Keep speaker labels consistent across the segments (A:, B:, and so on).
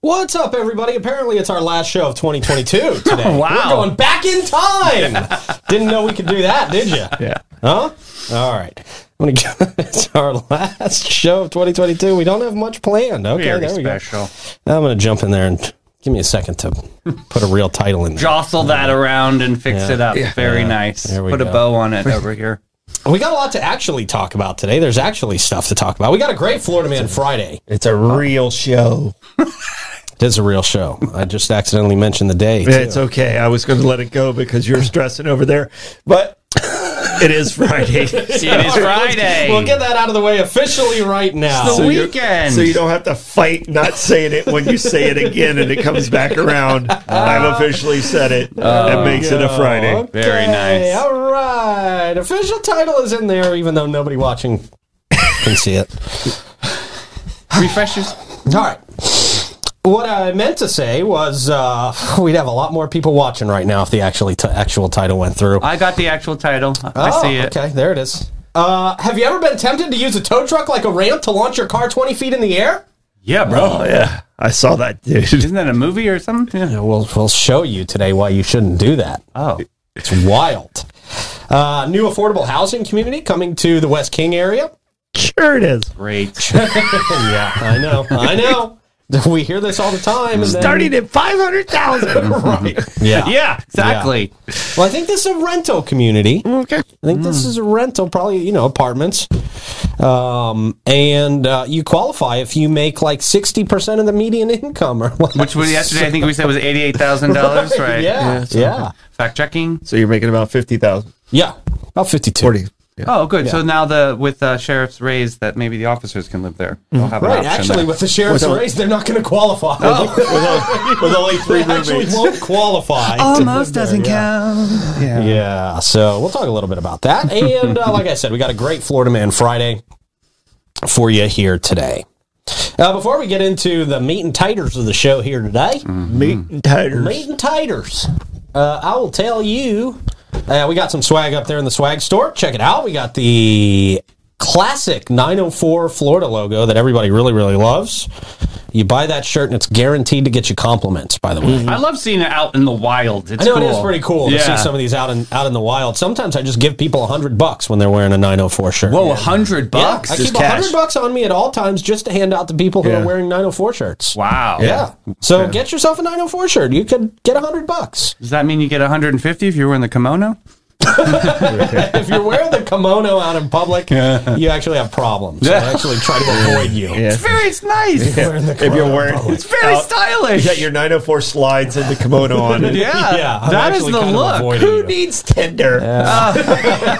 A: What's up, everybody? Apparently, it's our last show of 2022 today.
B: Wow.
A: We're going back in time. Didn't know we could do that, did you?
B: Yeah.
A: Huh? All right. I'm gonna go. it's our last show of 2022. We don't have much planned. Okay,
B: Very
A: there we
B: special.
A: go. I'm gonna jump in there and give me a second to put a real title in there.
B: Jostle that around and fix
A: Yeah.
B: it up. Very nice.
A: There we
B: Put
A: go.
B: a bow on it over here.
A: We got a lot to actually talk about today. There's actually stuff to talk about. We got a great Florida Man Friday.
C: It's a real show.
A: It is a real show. I just accidentally mentioned the day. too.
C: It's okay. I was going to let it go because you're stressing over there, but it is Friday.
B: See, it is Friday.
A: We'll get that out of the way officially right now.
B: It's the
C: you're-
B: weekend.
C: So you don't have to fight not saying it when you say it again and it comes back around.
B: Uh,
C: I've officially said
B: oh
C: it. that makes it a Friday.
A: Okay,
B: Very nice.
A: All right. Official title is in there, even though nobody watching can see it. Oh.
B: refreshes.
A: All right. What I meant to say was uh, we'd have a lot more people watching right now if the actually t- actual title went through.
B: I got the actual title. I
A: Oh,
B: see it.
A: Okay, there it is. Uh, have you ever been tempted to use a tow truck like a ramp to launch your car 20 feet in the air?
B: Yeah, bro.
C: Oh yeah, I saw that dude.
B: Isn't that a movie or something? Yeah.
A: We'll, we'll show you today why you shouldn't do that.
B: Oh.
A: It's wild. Uh, new affordable housing community coming to the West King area.
C: Sure it is.
B: Great.
A: yeah, I know. I know. We hear this all the time. And then,
C: Starting at five hundred thousand.
A: right. Yeah.
B: yeah, exactly.
A: Well, I think this is a rental community. I
C: Okay.
A: think
C: Hmm.
A: this is a rental, probably, you know, apartments. Um, and uh, you qualify if you make like 60% of the median income or like,
B: Which was yesterday, I think we said was $88,000, right?
A: Yeah. Yeah.
B: Fact checking.
C: So you're making about fifty thousand.
A: Yeah. About 52.
C: Forty. Yeah.
B: Oh, good. So now the with uh, sheriff's raise that maybe the officers can live there. They'll have
A: Mm-hmm. Right.
B: an option
A: Actually,
B: there.
A: with the sheriff's
C: Without-
A: raise, they're not going to qualify.
C: With only three
A: they actually
C: roommates.
A: won't qualify. to live there, yeah.
B: count. Yeah.
A: Yeah, so we'll talk a little bit about that. And uh, like I said, we got a great Florida Man Friday for you here today. Uh, before we get into the meat and titers of the show here today,
C: Mm-hmm. Meat and taters.
A: meat and titers, uh, I will tell you, uh, we got some swag up there in the swag store. Check it out. We got the classic 904 Florida logo that everybody really, really loves. You buy that shirt and it's guaranteed to get you compliments, by the way.
B: I love seeing it out in the wild. It's
A: I know
B: Mm-hmm. cool.
A: it is pretty cool
B: yeah.
A: to see some of these out in out in the wild. Sometimes I just give people a hundred bucks when they're wearing a 904 shirt.
B: Whoa, a hundred
A: Yeah,
B: bucks.
A: I
B: Just
A: keep a
B: cash.
A: hundred bucks on me at all times just to hand out to people who
C: Yeah.
A: are wearing 904 shirts.
B: Wow.
A: Yeah. So get yourself a 904 shirt. You could get a hundred bucks
B: Does that mean you get 150 if you're wearing the kimono?
A: if you're wearing the kimono out in public. You actually have problems. So I actually try to avoid you.
C: Yeah.
B: It's very it's nice.
C: If you're wearing,
B: It's very
A: Oh.
B: stylish.
C: You got your 904 slides and the kimono on. and
B: yeah.
A: Yeah, I'm
B: that is
A: actually
B: the
A: kind of
B: look.
A: avoiding you.
C: needs Tinder?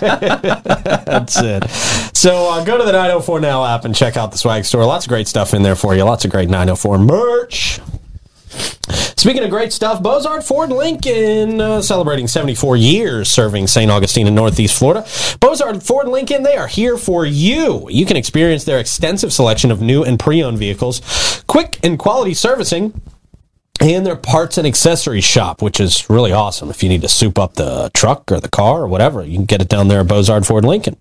A: That's it. So uh, go to the 904 Now app and check out the swag store. Lots of great stuff in there for you. Lots of great 904 merch. Speaking of great stuff, Bozart Ford Lincoln uh, celebrating 74 years serving St. Augustine in Northeast Florida. Bozart Ford Lincoln, they are here for you. You can experience their extensive selection of new and pre owned vehicles, quick and quality servicing, and their parts and accessories shop, which is really awesome. If you need to soup up the truck or the car or whatever, you can get it down there at Bozard Ford Lincoln.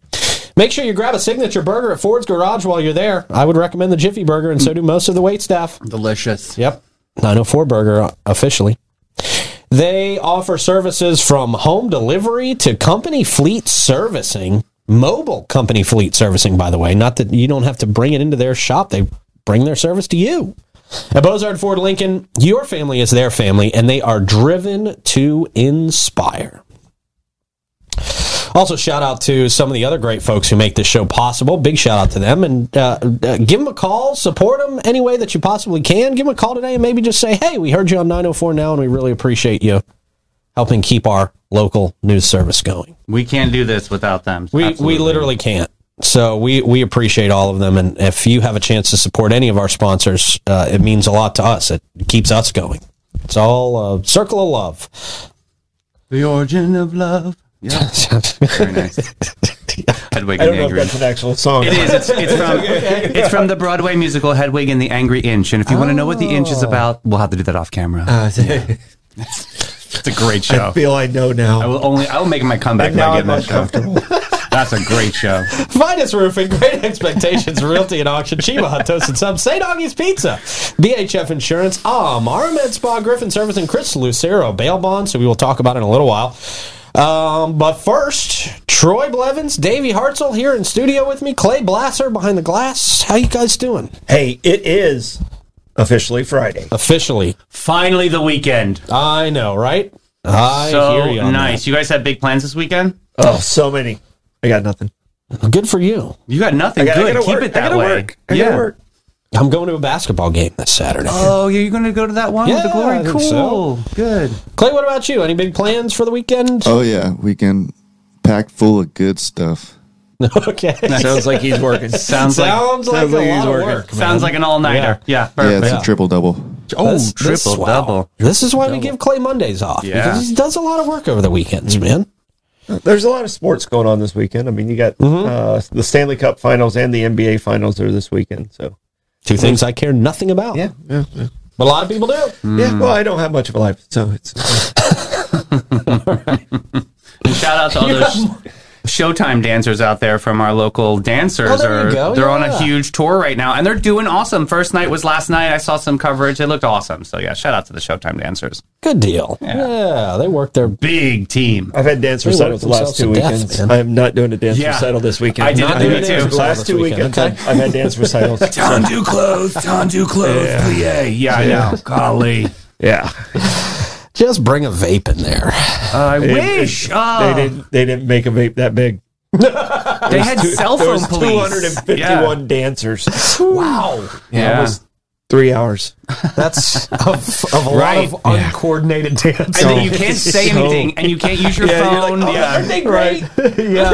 A: Make sure you grab a signature burger at Ford's Garage while you're there. I would recommend the Jiffy Burger, and so do most of the wait staff.
B: Delicious.
A: Yep. 904 Burger uh, officially. They offer services from home delivery to company fleet servicing, mobile company fleet servicing, by the way. Not that you don't have to bring it into their shop, they bring their service to you. At Bozard Ford Lincoln, your family is their family, and they are driven to inspire. Also, shout out to some of the other great folks who make this show possible. Big shout out to them. And uh, uh, give them a call, support them any way that you possibly can. Give them a call today and maybe just say, hey, we heard you on 904 now, and we really appreciate you helping keep our local news service going.
B: We can't do this without them.
A: We,
B: Absolutely.
A: we literally can't. So we, we appreciate all of them. And if you have a chance to support any of our sponsors, uh, it means a lot to us. It keeps us going. It's all a circle of love.
B: The origin of love. Yeah. Very nice. Hedwig
C: I
B: and
C: don't
B: the
C: know if
B: Angry
C: that's
B: Inch.
C: an actual song.
B: It is. It's, it's from it's from the Broadway musical Hedwig and the Angry Inch. And if you want to know what the inch
A: Oh.
B: is about, we'll have to do that off camera.
A: Uh,
B: it's a great show.
C: I feel I know
B: I
C: now.
B: will only I will make my comeback
C: And
B: when
C: now
B: I
C: I'm
B: get in that show.
C: uncomfortable.
B: That's a great show.
A: Finest Roofing, Great Expectations, Realty and Auction, Chiba Hot Toasted Sub, St. Augie's Pizza, BHF Insurance, Um, Armed Spa, Griffin Service, and Chris Lucero, bail bonds, so we will talk about it in a little while. Um, but first, Troy Blevins, Davey Hartzell here in studio with me, Clay Blasser behind the glass. How you guys doing?
C: Hey, it is officially Friday.
A: Officially.
B: Finally, the weekend.
A: I know, right? I
B: so
A: hear you. on
B: nice. You guys have big plans this weekend?
C: Oh, so many. I got nothing.
A: that. Good for you.
B: You got nothing
C: I got,
B: good.
C: to
B: Keep
C: work.
B: it
C: I
B: that
C: gotta
B: way.
C: work. I gotta work.
A: I'm going to a basketball game this Saturday.
B: Oh, you're going to go to that one with the
A: Yeah, I
B: glory?
A: think
B: Cool.
A: so.
B: Good.
A: Clay, what about you? Any big plans for the weekend?
D: Oh yeah, weekend packed full of good stuff.
B: uh,
A: okay.
C: Sounds like he's working.
B: Sounds like
A: Sounds like,
C: Sounds
A: a
C: like he's
A: lot of
C: working.
A: work.
B: sounds like an all nighter. Yeah.
D: Yeah,
B: perfect.
D: it's
A: Yeah.
D: a triple double.
B: Oh,
A: This- this-
B: triple
A: wow.
B: double.
A: This is why we give Clay Mondays off
B: Yeah.
A: because he does a lot of work over the weekends, man.
C: There's a lot of sports going on this weekend. I mean, you got
B: Mm-hmm.
C: uh, the Stanley Cup Finals and the NBA Finals are this weekend. So
A: Two things I care nothing about.
C: yeah, yeah, yeah.
A: But a lot of people do.
C: yeah well, I don't have much of a life, so it's
B: Shout out to all those Showtime dancers out there from our local dancers.
A: Oh, there you
B: are,
A: go,
B: They're on
A: yeah.
B: a huge tour right now, and they're doing awesome. First night was last night. I saw some coverage. It looked awesome. So yeah, shout out to the Showtime dancers.
A: Good deal. Yeah, they work their.
B: Big team.
C: I've had dance
A: work
C: recitals the
A: themselves
C: last
A: to
C: two
A: death,
C: weekends.
A: man.
C: I am not doing a dance
B: Yeah.
C: recital this weekend.
B: I did
C: Not
B: not
C: doing
B: do
C: a
B: it
C: dance
B: too.
C: recital Last
A: this
C: two
A: weekend,
C: weekends,
A: okay.
C: I've I've had dance recitals.
B: Tondu clothes, Tondu clothes, plie. Yeah, I know. Golly.
C: yeah,
A: Just bring a vape in there.
B: I
C: They-
B: wish.
C: They,
B: Ah,
C: they didn't. They didn't make a vape that big.
B: they had cell
C: There
B: phone
C: was
B: police.
C: 251 dancers.
A: Wow,
B: Yeah.
C: That was three hours.
A: that's of, of a
B: Right.
A: lot of uncoordinated dance.
B: And then you can't say
C: So-
B: anything, and you can't use your
C: Yeah, you're like,
B: phone.
C: oh,
B: yeah.
A: great? yeah,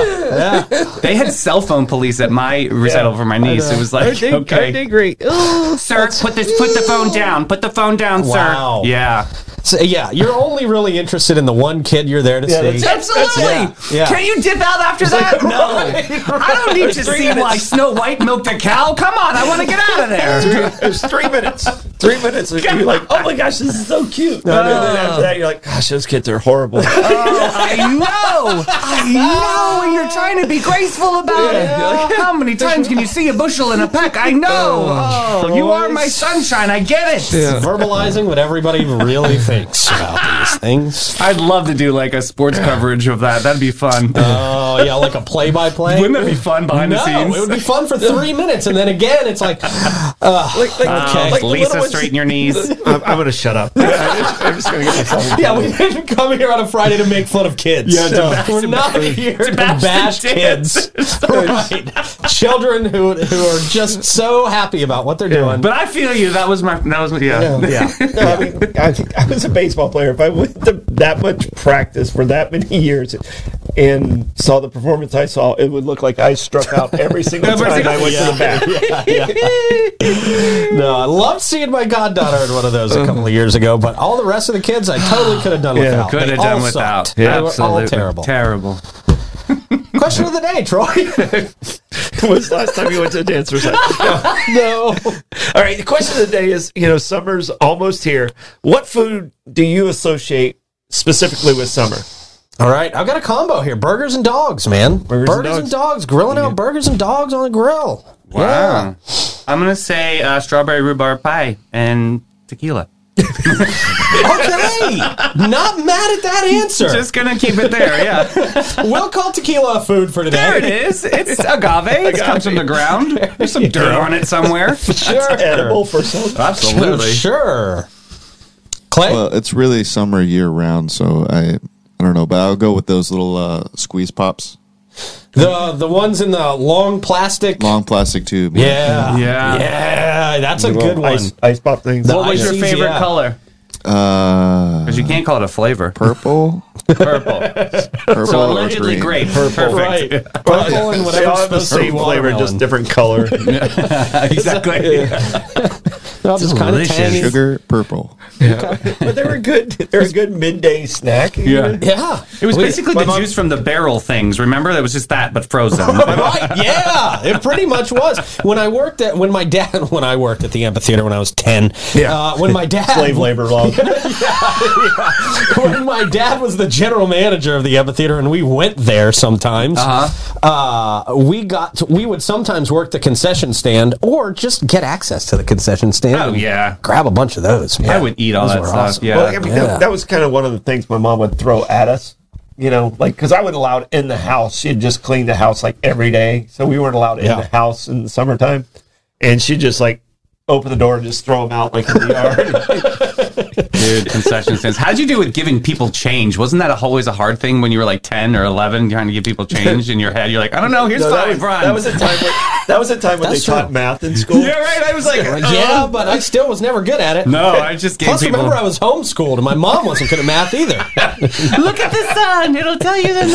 A: yeah.
B: They had cell phone police at my recital for my niece. It was like, okay,
C: great.
B: sir, put this, put the phone down, put the phone down,
A: Wow.
B: sir. Yeah,
A: So, yeah, you're only really interested in the one kid you're there to
C: Yeah,
A: see.
C: that's-
B: absolutely.
A: yeah.
B: Can you dip out after that? no, I don't need to see why Snow White milked a cow. Come on, I want to get out of there.
C: It was three minutes. Three minutes. And you're like, oh my gosh, this is so cute. And then after that, you're like, gosh, those kids are horrible.
B: Oh, I know, I know, and you're trying to be graceful about it. How many times can you see a bushel in a peck? I know. Oh, you are my sunshine. I get it.
A: Verbalizing what everybody really thinks about these things.
B: I'd love to do like a sports coverage of that. That'd be fun.
A: Oh yeah, like a play-by-play.
B: Wouldn't that be fun behind the
A: No,
B: scenes?
A: it would be fun for three minutes, and then again, it's like, uh,
C: like, like,
B: Uh,
A: Okay.
C: like the little ones-
B: your knees.
C: I'm, I'm gonna shut up. I'm just gonna get myself. in
A: yeah,
C: trouble.
A: we didn't come here on a Friday to make fun of kids.
C: Yeah, to bash-
A: we're not here to bash,
B: bash the
A: kids, right? Children who who are just so happy about what they're doing.
B: but I feel you. That was my. That was my, yeah.
A: yeah,
C: No, I mean, I, I was a baseball player. If I went to that much practice for that many years and saw the performance I saw, it would look like I struck out every single
B: Every
C: time
B: single-
C: I went to the bat.
A: no, I loved seeing my goddaughter in one of those a couple of years ago. But all the rest of the kids, I totally could have done without.
B: Could
A: They
B: have
A: all
B: done
A: sucked.
B: without.
A: They were all terrible.
B: Terrible.
A: Question of the day, Troy.
C: When was the last time you went to a dance recital?
A: no.
C: All right. The question of the day is: you know, summer's almost here. What food do you associate specifically with summer?
A: All right, I've got a combo here: burgers and dogs, man. Burgers, and, dogs. grilling out burgers and dogs on the grill.
B: Wow. Ah. I'm gonna say uh, strawberry rhubarb pie and tequila.
A: Okay, not mad at that answer.
B: Just gonna keep it there. Yeah.
A: we'll call tequila a food for today.
B: there it is. It's agave. It comes from the ground. There's some dirt on it somewhere.
A: Sure,
C: Edible for some.
B: Absolutely.
A: sure. Clay,
D: Well, it's really summer year round, so I I don't know, but I'll go with those little uh, squeeze pops,
A: the the ones in the long plastic.
D: long plastic tube.
A: Yeah,
B: Yeah.
A: yeah. That's a good one.
C: Ice, ice pop things.
A: Well,
B: What was your
A: Yeah.
B: favorite
A: Yeah.
B: color?
D: Uh,
B: Because you can't call it a flavor.
D: purple,
B: Purple.
D: purple
B: So
D: or
B: allegedly
D: green.
B: grape. Perfect.
A: Right. Purple and
C: they
A: whatever.
C: all have the same flavor, just different color.
B: Exactly.
A: just kind of
B: Delicious.
A: tangy.
D: Sugar purple.
C: but they were good. They're a good midday snack.
B: Yeah.
A: Yeah.
B: It was
A: We-
B: basically
C: my
B: the
C: mom-
B: juice from the barrel things. Remember, that was just that, but frozen.
A: right. Yeah. It pretty much was. When I worked at when my dad when I worked at the amphitheater when I was ten.
C: Yeah.
A: Uh, when my dad
C: Slave labor law.
A: dog. when my dad was the general manager of the amphitheater, and we went there sometimes, uh-huh. we got to, we would sometimes work the concession stand or just get access to the concession stand.
B: Oh,
A: and
B: yeah.
A: grab a bunch of those. man.
B: would eat all
A: Those
B: that
A: were
B: stuff, yeah.
C: Well, I mean,
A: Yeah.
C: that, that was kind of one of the things my mom would throw at us. You know, like because I would allow it in the house. She'd just clean the house like every day, so we weren't allowed
A: Yeah.
C: in the house in the summertime. And she'd just like open the door and just throw them out like in the yard.
B: Dude, concession stands. How'd you do with giving people change? Wasn't that always a hard thing when you were like 10 or 11 trying to give people change in your head? You're like, I don't know, here's
C: No, that,
B: five,
C: was,
B: run.
C: that was a time. When, that was a time when
A: That's
C: they taught
A: true.
C: math in school.
B: yeah, right. I was like,
A: yeah,
B: uh,
A: but I still was never good at it.
B: no, I just gave
A: Plus,
B: people.
A: remember I was homeschooled, and my mom wasn't good at math either.
B: Look at the sun. It'll tell you the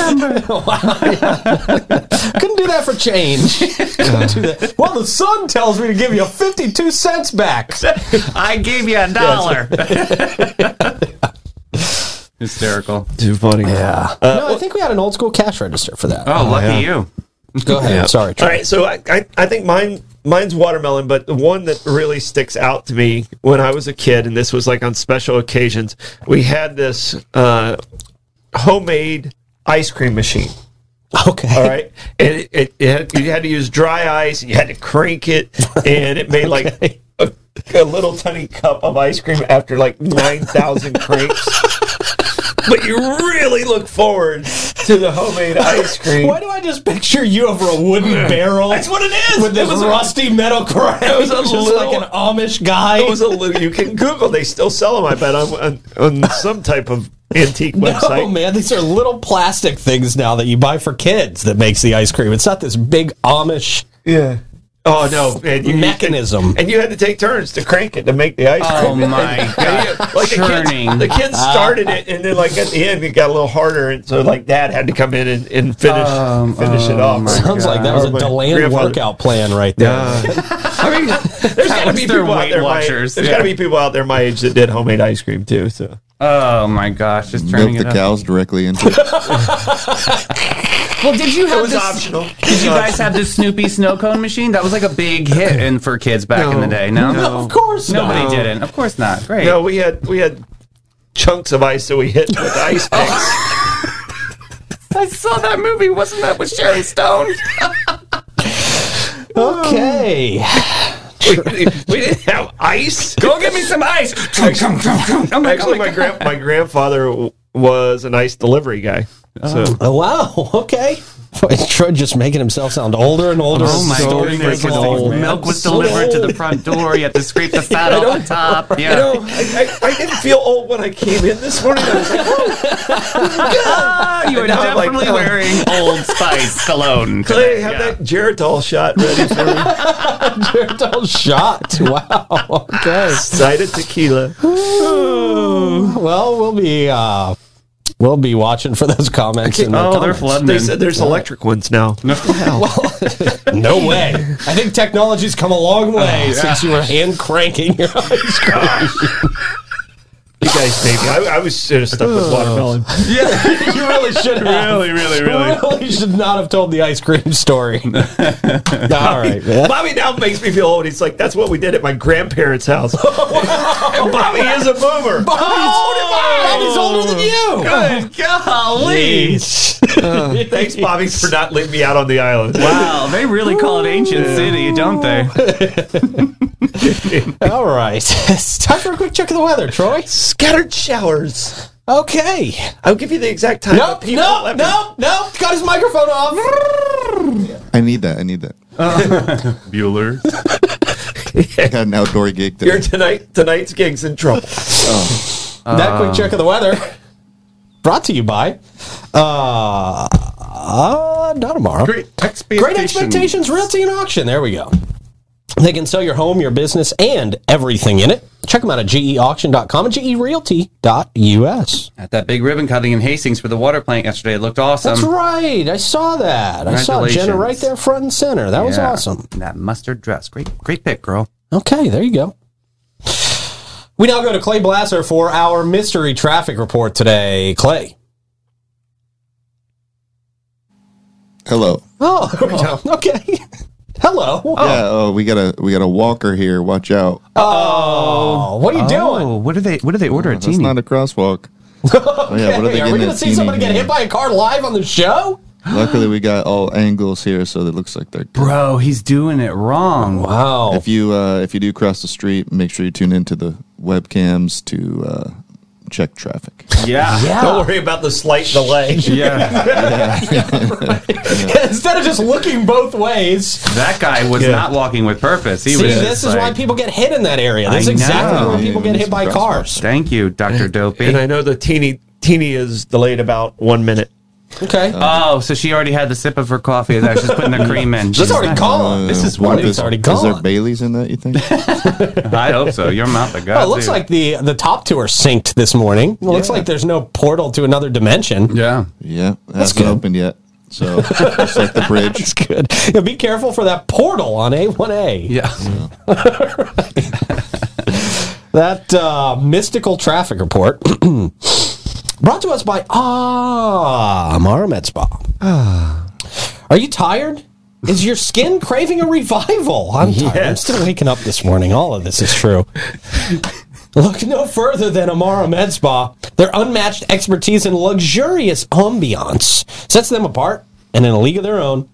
B: number.
A: Couldn't do that for change. Couldn't do that. Well, the sun tells me to give you 52 cents back.
B: I gave you a dollar. Hysterical.
C: Too funny.
A: Yeah.
C: Uh,
A: no, I think we had an old school cash register for that.
B: Oh, lucky you.
A: Go ahead. Sorry,
C: All
A: Trey.
C: right, so I, I, I think mine mine's watermelon, but the one that really sticks out to me when I was a kid, and this was like on special occasions, we had this uh, homemade ice cream machine.
A: Okay.
C: All right, and it, it, it had, you had to use dry ice, and you had to crank it, and it made like a, a little tiny cup of ice cream after like nine thousand cranks. but you really look forward to the homemade ice cream.
A: Why do I just picture you over a wooden barrel?
C: That's what it is.
A: With this
C: It was a-
A: rusty metal crank.
C: It was a
A: just
C: little-
A: like an Amish guy.
C: It was a little, you can Google. They still sell them, I bet, on, on, on some type of antique
A: Oh
C: website.
A: man, these are little plastic things now that you buy for kids that makes the ice cream. It's not this big Amish.
C: Yeah. Oh no, man, you- you
A: Mechanism.
C: can- and you had to take turns to crank it to make the ice
B: Oh
C: cream.
B: my god.
C: Like the
B: Churning. Ah.
C: kids, the kids started it, and then like at the end, it got a little harder, and so like Dad had to come in and, and finish
B: Um,
C: finish it
B: oh
C: off.
B: my
A: Sounds like that was
C: Or
A: a
C: my
A: Deland
C: grandfather.
A: workout plan right there.
C: I mean, there's gotta
B: was
C: be
B: their
C: people out
B: Weight
C: there. My,
B: Watchers,
C: there's
B: yeah.
C: gotta be people out there my age that did homemade ice cream too. So
B: Oh my gosh, just turning
D: Milk
B: it
D: the
B: up.
D: cows directly into it.
B: Well, did you
C: it
B: have
C: was
B: this?
C: optional. Uh,
B: Did you guys have the Snoopy snow cone machine? That was like a big hit in for kids back in the day. No,
A: No, of course
B: nobody
A: not.
B: didn't. Of course not. Great.
C: No, we had we had chunks of ice that we hit with ice picks.
B: I saw that movie. Wasn't that with Sharon Stone?
A: Okay.
C: we, we didn't have ice.
B: Go get me some ice. Oh my
C: Actually, my, grand, my grandfather w- was an ice delivery guy. So
A: Oh, wow. Okay. Boy, Troy just making himself sound older and older.
B: Oh my
A: So
C: Story
B: goodness!
A: freaking
C: goodness.
A: old.
B: Milk was
A: So
B: delivered to the
A: old.
B: front door. You had to scrape the fat off the top. Yeah.
C: I, I, I didn't feel old when I came in this morning. I was like,
B: Ah, you were
C: Now I'm like,
B: definitely
C: oh.
B: wearing Old Spice cologne.
C: "Hey,
B: today,
C: have
B: yeah.
C: that Geritol shot ready for me.
A: Geritol shot. Wow. Okay.
C: Cider tequila.
A: Well, we'll be uh, we'll be watching for those comments. in the
B: Oh, they're
A: comments.
B: flooding.
C: They
B: in.
C: said there's electric ones now.
A: No way. I think technology's come a long
B: Oh,
A: way since you were hand cranking your ice cream.
C: You guys, maybe I, I was should have stuck with watermelon.
A: you really should have.
B: really, really,
A: Really?
B: really.
A: should not have told the ice cream story. All right, man.
C: Bobby now makes me feel old. He's like, that's what we did at my grandparents' house. and Bobby is a boomer. Oh,
A: Bobby's older than you.
B: Good golly!
C: Thanks, Bobby, for not leaving me out on the island.
B: Wow, they really call it Ancient City, don't they?
A: All right, it's time for a quick check of the weather, Troy.
C: Scattered showers.
A: Okay.
C: I'll give you the exact time.
A: Nope.
C: People
A: Nope.
C: let me-
A: Nope. Nope. Got his microphone off.
D: I need that. I need that.
B: Bueller.
D: I got an outdoor gig
C: Your
D: today.
C: tonight tonight's gig's in trouble.
A: That
B: Um.
A: quick check of the weather brought to you by uh, uh not tomorrow. Great,
B: expectations.
A: expectations realty and auction. There we go. They can sell your home, your business, and everything in it. Check them out at E geauction.com and gerealty.us.
B: At that big ribbon cutting in Hastings for the water plant yesterday, it looked awesome.
A: That's right. I saw that. I saw Jenna
B: Um, Congratulations.
A: right there front and center. That was
B: Yeah.
A: awesome.
B: That mustard dress, great, great pick, girl.
A: Okay, there you go. We now go to Clay Blasser for our mystery traffic report today. Clay.
D: Hello.
A: Oh, there we go. Okay. Hello. Oh,
D: Yeah. Oh, we got a we got a walker here. Watch out.
A: what are you doing?
B: Oh, what do they? What do they order at
D: That's
B: Teeny?
D: not a crosswalk. Oh, yeah. What are they
A: Are we
D: getting
A: going
D: at
A: to see
D: Teeny
A: somebody get
D: here?
A: hit by a car live on the show?
D: Luckily, we got all angles here, so it looks like they're.
B: Bro, he's doing it wrong.
A: Wow.
D: If you uh, if you do cross the street, make sure you tune into the webcams to uh, check traffic.
B: Yeah.
A: Yeah.
C: Don't worry about the slight delay.
B: Yeah.
A: Instead of just looking both ways,
B: that guy was not walking with purpose. He
A: see,
B: was.
A: this
B: just
A: is why
B: like,
A: people get hit in that area. That's
B: I
A: exactly
B: know.
A: where people get hit by cars.
B: Thank you, Doctor
C: And I
B: Dopey.
C: know the teeny teeny is delayed about one minute.
D: Uh,
A: Okay.
B: Oh, so she already had the sip of her coffee. That she's putting the cream in.
A: She's already gone.
D: Uh,
A: This is
D: what
A: one that's already
D: Is there
A: gone.
D: Bailey's in that? You think?
B: I hope so. Your mouth of God.
A: Oh, it looks
B: dude.
A: like the the top two are synced this morning. It looks like there's no portal to another dimension.
B: Yeah.
D: yeah, hasn't
A: good.
D: opened yet. So just like the bridge.
A: It's good. Yeah, be careful for that portal on A1A.
B: Yeah.
A: That uh, mystical traffic report brought to us by Ah Amara Med Spa. Are you tired? Is your skin craving a revival? I'm tired. I'm still waking up this morning. All of this is true. Look no further than Amara Med Spa. Their unmatched expertise and luxurious ambiance sets them apart and in a league of their own.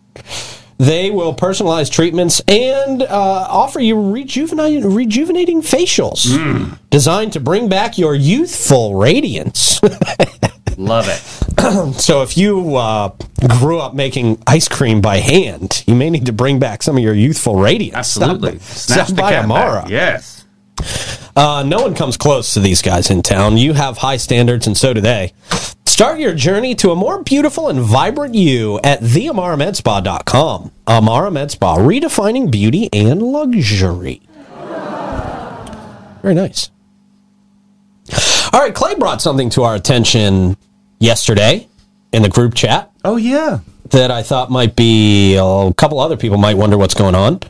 A: They will personalize treatments and uh, offer you rejuvenating, rejuvenating facials
B: Hmm.
A: designed to bring back your youthful radiance.
B: Love it.
A: so, if you uh, grew up making ice cream by hand, you may need to bring back some of your youthful radiance.
B: Absolutely.
A: Stop,
B: Snatch
A: stop
B: the
A: by
B: cat
A: Amara.
B: back. Yes.
A: Uh, no one comes close to these guys in town. You have high standards, and so do they. Start your journey to a more beautiful and vibrant you at theamaramedspa.com. Amara Med Spa, redefining beauty and luxury. Very nice. All right, Clay brought something to our attention yesterday in the group chat
B: Oh yeah.
A: that I thought might be a couple other people might wonder what's going on.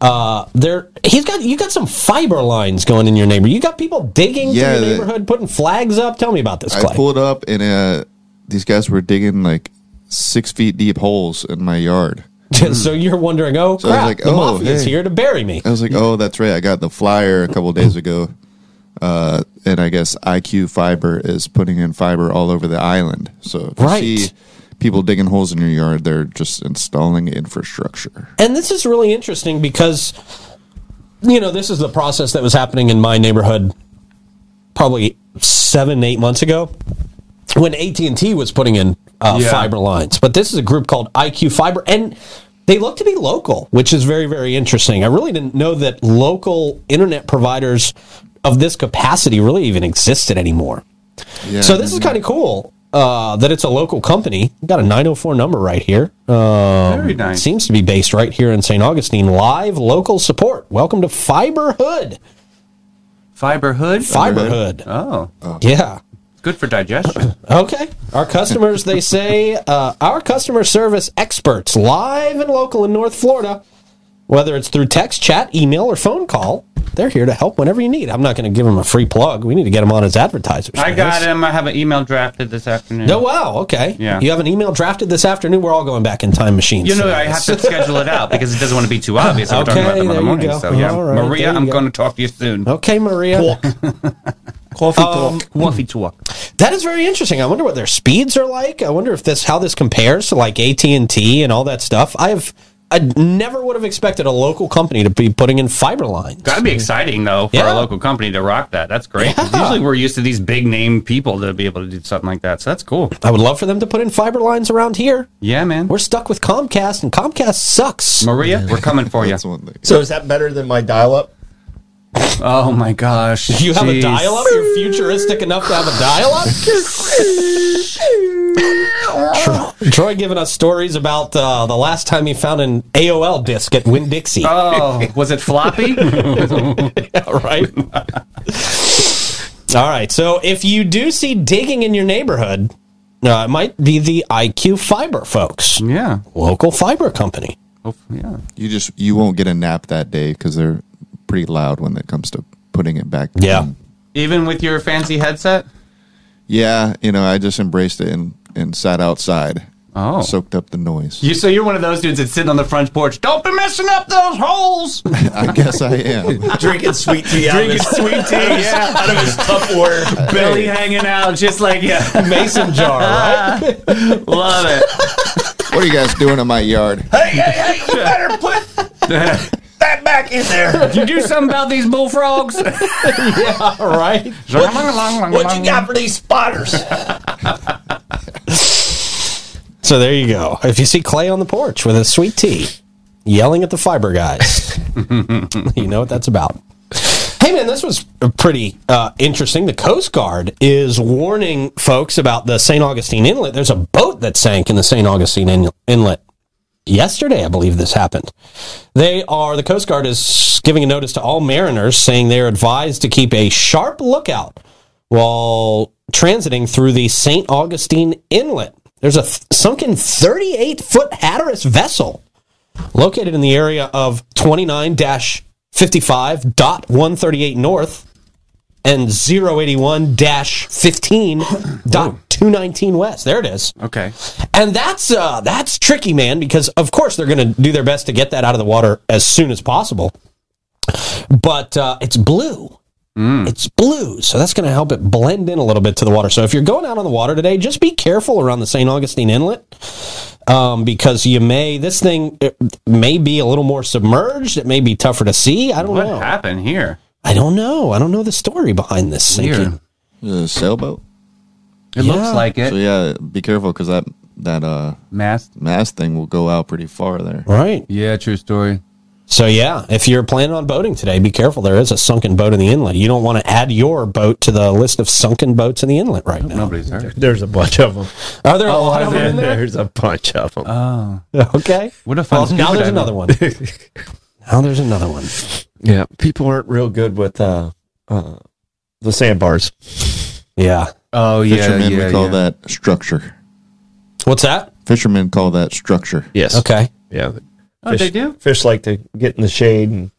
A: Uh, there, he's got you got some fiber lines going in your neighbor. You got people digging
D: Yeah,
A: through
D: the-
A: your neighborhood, putting flags up. Tell me about this,
D: I
A: Clay.
D: pulled up and uh, these guys were digging like six feet deep holes in my yard.
A: so you're wondering, oh
D: I was
A: crap,
D: like,
A: the
D: oh,
A: mafia's
D: hey.
A: here to bury me.
D: I was like, oh, that's right. I got the flyer a couple days ago. Uh, and I guess IQ Fiber is putting in fiber all over the island. So if
A: Right.
D: you see people digging holes in your yard, they're just installing infrastructure.
A: And this is really interesting because, you know, this is the process that was happening in my neighborhood probably seven, eight months ago when AT&T was putting in uh,
B: Yeah.
A: fiber lines. But this is a group called IQ Fiber, and they look to be local, which is very, very interesting. I really didn't know that local internet providers of this capacity really even existed anymore.
D: Yeah.
A: So this is kind of cool uh, that it's a local company. We've got a 904 number right here.
B: Very nice.
A: Seems to be based right here in St. Augustine. Live local support. Welcome to Fiberhood.
B: Fiber hood.
A: Fiberhood.
B: Oh,
A: Yeah.
B: good for digestion.
A: Okay. Our customers, they say, uh, our customer service experts, live and local in North Florida, whether it's through text, chat, email, or phone call, they're here to help whenever you need. I'm not going to give them a free plug. We need to get them on as advertisers.
B: I got him. I have an email drafted this afternoon.
A: Oh, wow. Okay.
B: Yeah.
A: You have an email drafted this afternoon. We're all going back in time machines.
B: You know,
A: today.
B: I have to schedule it out because it doesn't want to be too obvious. We're
A: Okay,
B: talking about them
A: there
B: on the
A: you
B: morning.
A: go.
B: So yeah,
A: All right,
B: Maria,
A: there you
B: I'm
A: go.
B: going to talk to you soon.
A: Okay, Maria.
C: Coffee
B: Um,
C: talk.
B: Wolfie talk.
A: That is very interesting. I wonder what their speeds are like. I wonder if this how this compares to like AT and T and all that stuff. I have I never would have expected a local company to be putting in fiber lines.
B: That'd be exciting though for
A: Yeah.
B: a local company to rock that. That's great. 'Cause
A: Yeah.
B: Usually we're used to these big name people to be able to do something like that. So that's cool.
A: I would love for them to put in fiber lines around here.
B: Yeah, man.
A: We're stuck with Comcast, and Comcast sucks.
B: Maria, we're coming for you.
D: That's one thing.
C: So is that better than my dial up?
B: Oh my gosh.
A: You have a
B: Jeez.
A: dial up? You're futuristic enough to have a dial up? Troy, Troy giving us stories about uh, the last time he found an AOL disc at Winn Dixie.
B: Oh, was it floppy?
A: All right. All right. So if you do see digging in your neighborhood, uh, it might be the IQ Fiber folks,
B: yeah.
A: local fiber company.
B: Hopefully, yeah.
D: You just you won't get a nap that day because they're pretty loud when it comes to putting it back.
A: Yeah.
D: in.
B: Even with your fancy headset?
D: Yeah. You know, I just embraced it and and sat outside.
B: Oh.
D: soaked up the noise.
B: You so you're one of those dudes that's sitting on the front porch. Don't be messing up those holes.
D: I guess I am.
C: Drinking sweet tea out, of, his,
B: sweet tea, yeah.
C: out of his Tupperware.
B: Belly hanging out, just like yeah.
A: Mason jar, right?
B: Love it.
D: What are you guys doing in my yard?
C: Hey, hey, hey, you better put that back in there.
B: You do something about these bullfrogs.
A: All right.
C: What you got for these spotters?
A: So there you go. If you see Clay on the porch with a sweet tea, yelling at the fiber guys, you know what that's about. Hey man, this was pretty uh, interesting. The Coast Guard is warning folks about the St. Augustine Inlet. There's a boat that sank in the St. Augustine in- Inlet yesterday, I believe this happened. They are the Coast Guard is giving a notice to all mariners, saying they are advised to keep a sharp lookout while transiting through the St. Augustine Inlet. There's a th- sunken 38 foot Hatteras vessel located in the area of 29 55.138 North and 081 15.219 West. There it is.
B: Okay.
A: And that's uh, that's tricky, man, because of course they're going to do their best to get that out of the water as soon as possible. But uh, it's blue.
B: Mm.
A: It's blue, so that's going to help it blend in a little bit to the water. So if you're going out on the water today, just be careful around the St. Augustine Inlet um, because you may this thing it may be a little more submerged. It may be tougher to see. I don't
B: What
A: know.
B: happened here?
A: I don't know. I don't know the story behind this sinking.
B: Weird.
D: A sailboat.
B: It
A: Yeah.
B: looks like
D: So
B: it.
D: yeah, be careful because that that uh
B: Mast.
D: mast thing will go out pretty far there.
A: Right.
B: Yeah, true story.
A: So yeah, if you're planning on boating today, be careful. There is a sunken boat in the inlet. You don't want to add your boat to the list of sunken boats in the inlet right now.
B: Nobody's hurt.
E: There's a bunch of them.
A: Are
E: Oh,
A: there a lot of them in there?
E: There's a bunch of them.
A: Okay.
B: Oh. What a
A: Well,
B: fun
A: now
B: scuba
A: there's
B: diver.
A: another one. now there's another one.
C: Uh,
E: yeah, people aren't real good with uh, uh, the sandbars.
A: Yeah.
B: Oh yeah,
D: Fishermen
B: yeah,
D: we call
B: yeah.
D: that structure.
A: What's that?
D: Fishermen call that structure.
E: Yes.
A: Okay.
E: Yeah.
B: Oh, they do.
C: Fish like to get in the shade and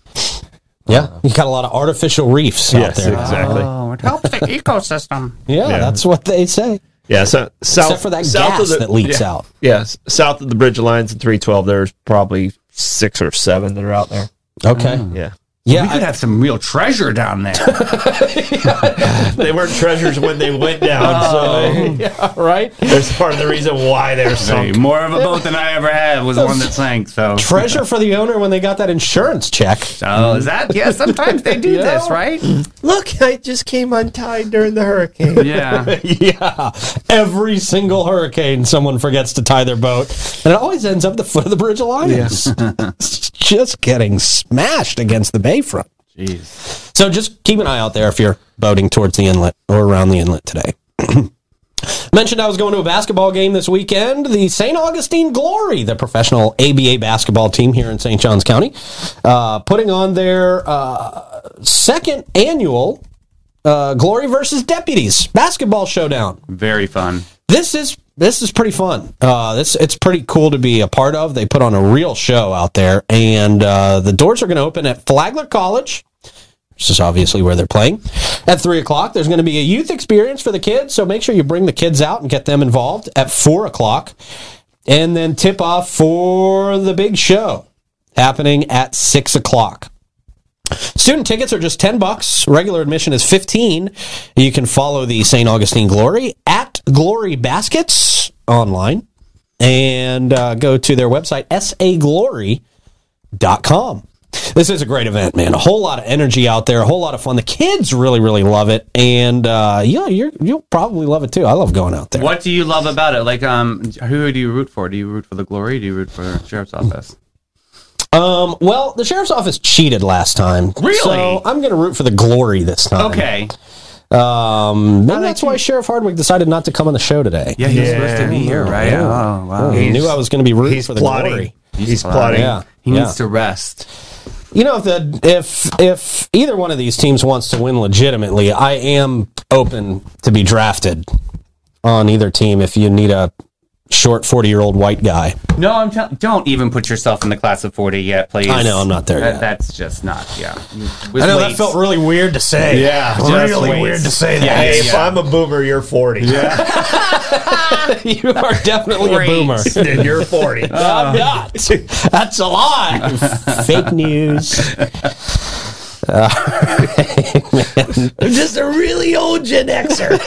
A: Yeah. You got a lot of artificial reefs out
E: Uh, Yes,
A: there.
E: exactly.
B: Oh, it helps the ecosystem.
A: yeah,
E: Yeah.
A: that's what they say.
E: yeah. So south,
A: Except for that
E: south
A: gas
E: of the,
A: that leaks
E: yeah,
A: out.
E: Yes.
C: south of the Bridge of Lines in 312, there's probably six or seven that are out there.
A: Okay.
E: Mm. Yeah.
A: Yeah.
B: we could
A: I-
B: have some real treasure down there.
C: They weren't treasures when they went down, so
A: yeah, right.
C: there's part of the reason why they're
B: Hey,
C: sunk.
B: more of a boat than I ever had was the one that sank. So,
A: Treasure for the owner when they got that insurance check.
B: so Oh, is that? Mm. Yeah, sometimes they do this, right?
E: Look, I just came untied during the hurricane.
B: Yeah.
A: Yeah. Every single hurricane, someone forgets to tie their boat, and it always ends up at the foot of the Bridge of Lions. It's just getting smashed against the bayfront.
B: Jeez.
A: So just keep an eye out there if you're boating towards the inlet or around the inlet today. Mentioned I was going to a basketball game this weekend. The St. Augustine Glory, the professional ABA basketball team here in St. Johns County, uh, putting on their uh, second annual uh, Glory versus Deputies basketball showdown
B: Very fun.
A: this is this is pretty fun. Uh, this it's pretty cool to be a part of. They put on a real show out there, and uh, the doors are going to open at Flagler College. This is obviously where they're playing. At three o'clock, there's going to be a youth experience for the kids, so make sure you bring the kids out and get them involved. At four o'clock, and then tip off for the big show happening at six o'clock. Student tickets are just 10 bucks. Regular admission is 15. You can follow the St. Augustine Glory at Glory Baskets online and uh, go to their website, saglory.com. This is a great event, man. A whole lot of energy out there, a whole lot of fun. The kids really, really love it. And uh, yeah, you're, you'll probably love it too. I love going out there.
B: What do you love about it? Like, um, who do you root for? Do you root for the glory? Do you root for the sheriff's office?
A: Um, well, the sheriff's office cheated last time.
B: Really?
A: So I'm going to root for the glory this time.
B: Okay.
A: Um, maybe that's why Sheriff Hardwick decided not to come on the show today.
B: Yeah, he was
C: Yeah.
B: supposed to be here, right?
A: Yeah.
B: Oh, wow.
A: He knew I was going to be rooting
C: He's
A: for the
C: plotting.
A: glory.
C: He's, plotting.
A: Yeah,
B: He
A: yeah.
B: needs to rest.
A: You know, if the if if either one of these teams wants to win legitimately, I am open to be drafted on either team. If you need a short 40 year old white guy.
B: No, I'm tell- don't even put yourself in the class of 40 yet, please.
A: I know, I'm not there
B: That-
A: yet.
B: That's just not, yeah.
A: I know that felt really weird to say.
C: Yeah,
A: really weird to say that.
C: Hey, if
B: yeah.
C: I'm a boomer, you're 40.
A: you are definitely
B: Great.
A: a boomer.
C: then you're
A: I'm
C: 40.
A: not. That's a lie. Fake news.
C: I'm just a really old Gen Xer.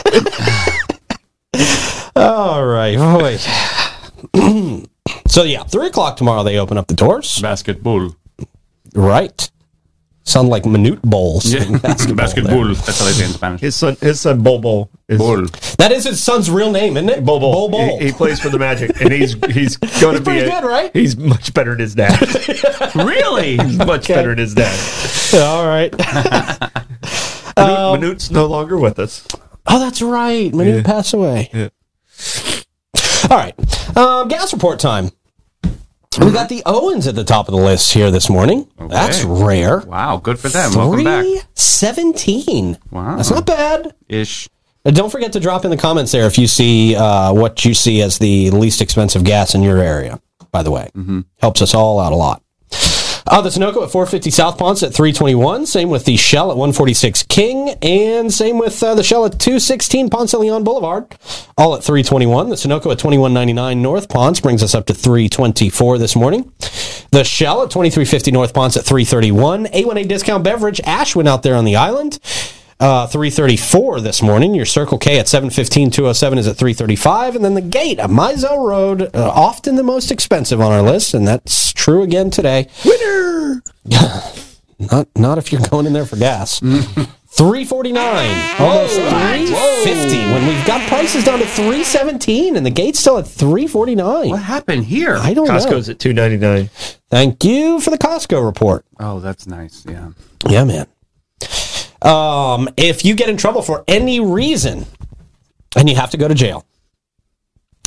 A: All right. Boy. so yeah, three o'clock tomorrow they open up the doors.
E: Basketball.
A: Right. Sound like minute bowls. in basketball there.
B: That's how they say in Spanish.
C: His son, his son Bobo. Is,
E: Bull.
A: That is his son's real name, isn't it?
C: Bobo.
A: Bull Bull.
C: He, he plays for the Magic, and he's he's going to be
A: pretty
C: a-
A: good, right?
C: He's much better than his dad. really, he's much better than his dad.
A: All right.
C: Manute, Manute's no longer with us.
A: Oh, that's right. Manute passed away.
C: Yeah.
A: All right. Um, gas report time. We got the Owens at the top of the list here this morning. That's rare.
B: Wow, good for them. Welcome back.
A: Three seventeen.
B: Wow.
A: That's not bad.
B: Ish.
A: And Uh, don't forget to drop in the comments there if you see uh, what you see as the least expensive gas in your area. By the way, helps us all out a lot. Uh, the Sunoco at 450 South Ponce at 321. Same with the Shell at 146 King. And same with uh, the Shell at 216 Ponce de Leon Boulevard. All at 321. The Sunoco at 2199 North Ponce brings us up to 324 this morning. The Shell at 2350 North Ponce at 331. A1A Discount Beverage. Ash went out there on the island. Uh, 334 this morning. Your Circle K at 715, 207 is at 335. And then the gate at Mizell Road, uh, often the most expensive on our list. And that's true again today. Not not if you're going in there for gas. Three forty nine, almost three fifty. When we've got prices down to three seventeen, and the gate's still at three forty
B: What
A: nine.
B: happened here?
A: I don't
C: Costco's
A: know.
C: at two ninety nine.
A: Thank you for the Costco report.
B: Oh, that's nice. Yeah.
A: Yeah, man. Um, if you get in trouble for any reason, and you have to go to jail,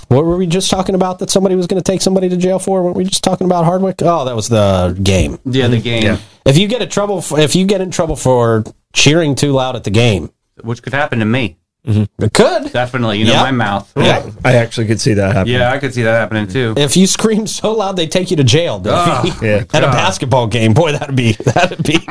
A: what were we just talking about? That somebody was going to take somebody to jail for? Weren't we just talking about Hardwick? Oh, that was the game.
B: Yeah, the game,
A: If you get in trouble, for, if you get in trouble for cheering too loud at the game,
B: which could happen to me.
A: it could.
B: Definitely. You know,
A: Yep.
B: my mouth.
A: Yeah.
C: I actually could see that happen.
B: Yeah, I could see that happening too.
A: If you scream so loud, they take you to jail. Dave.
B: Ah,
C: yeah.
A: At a basketball game, boy, that'd be that'd be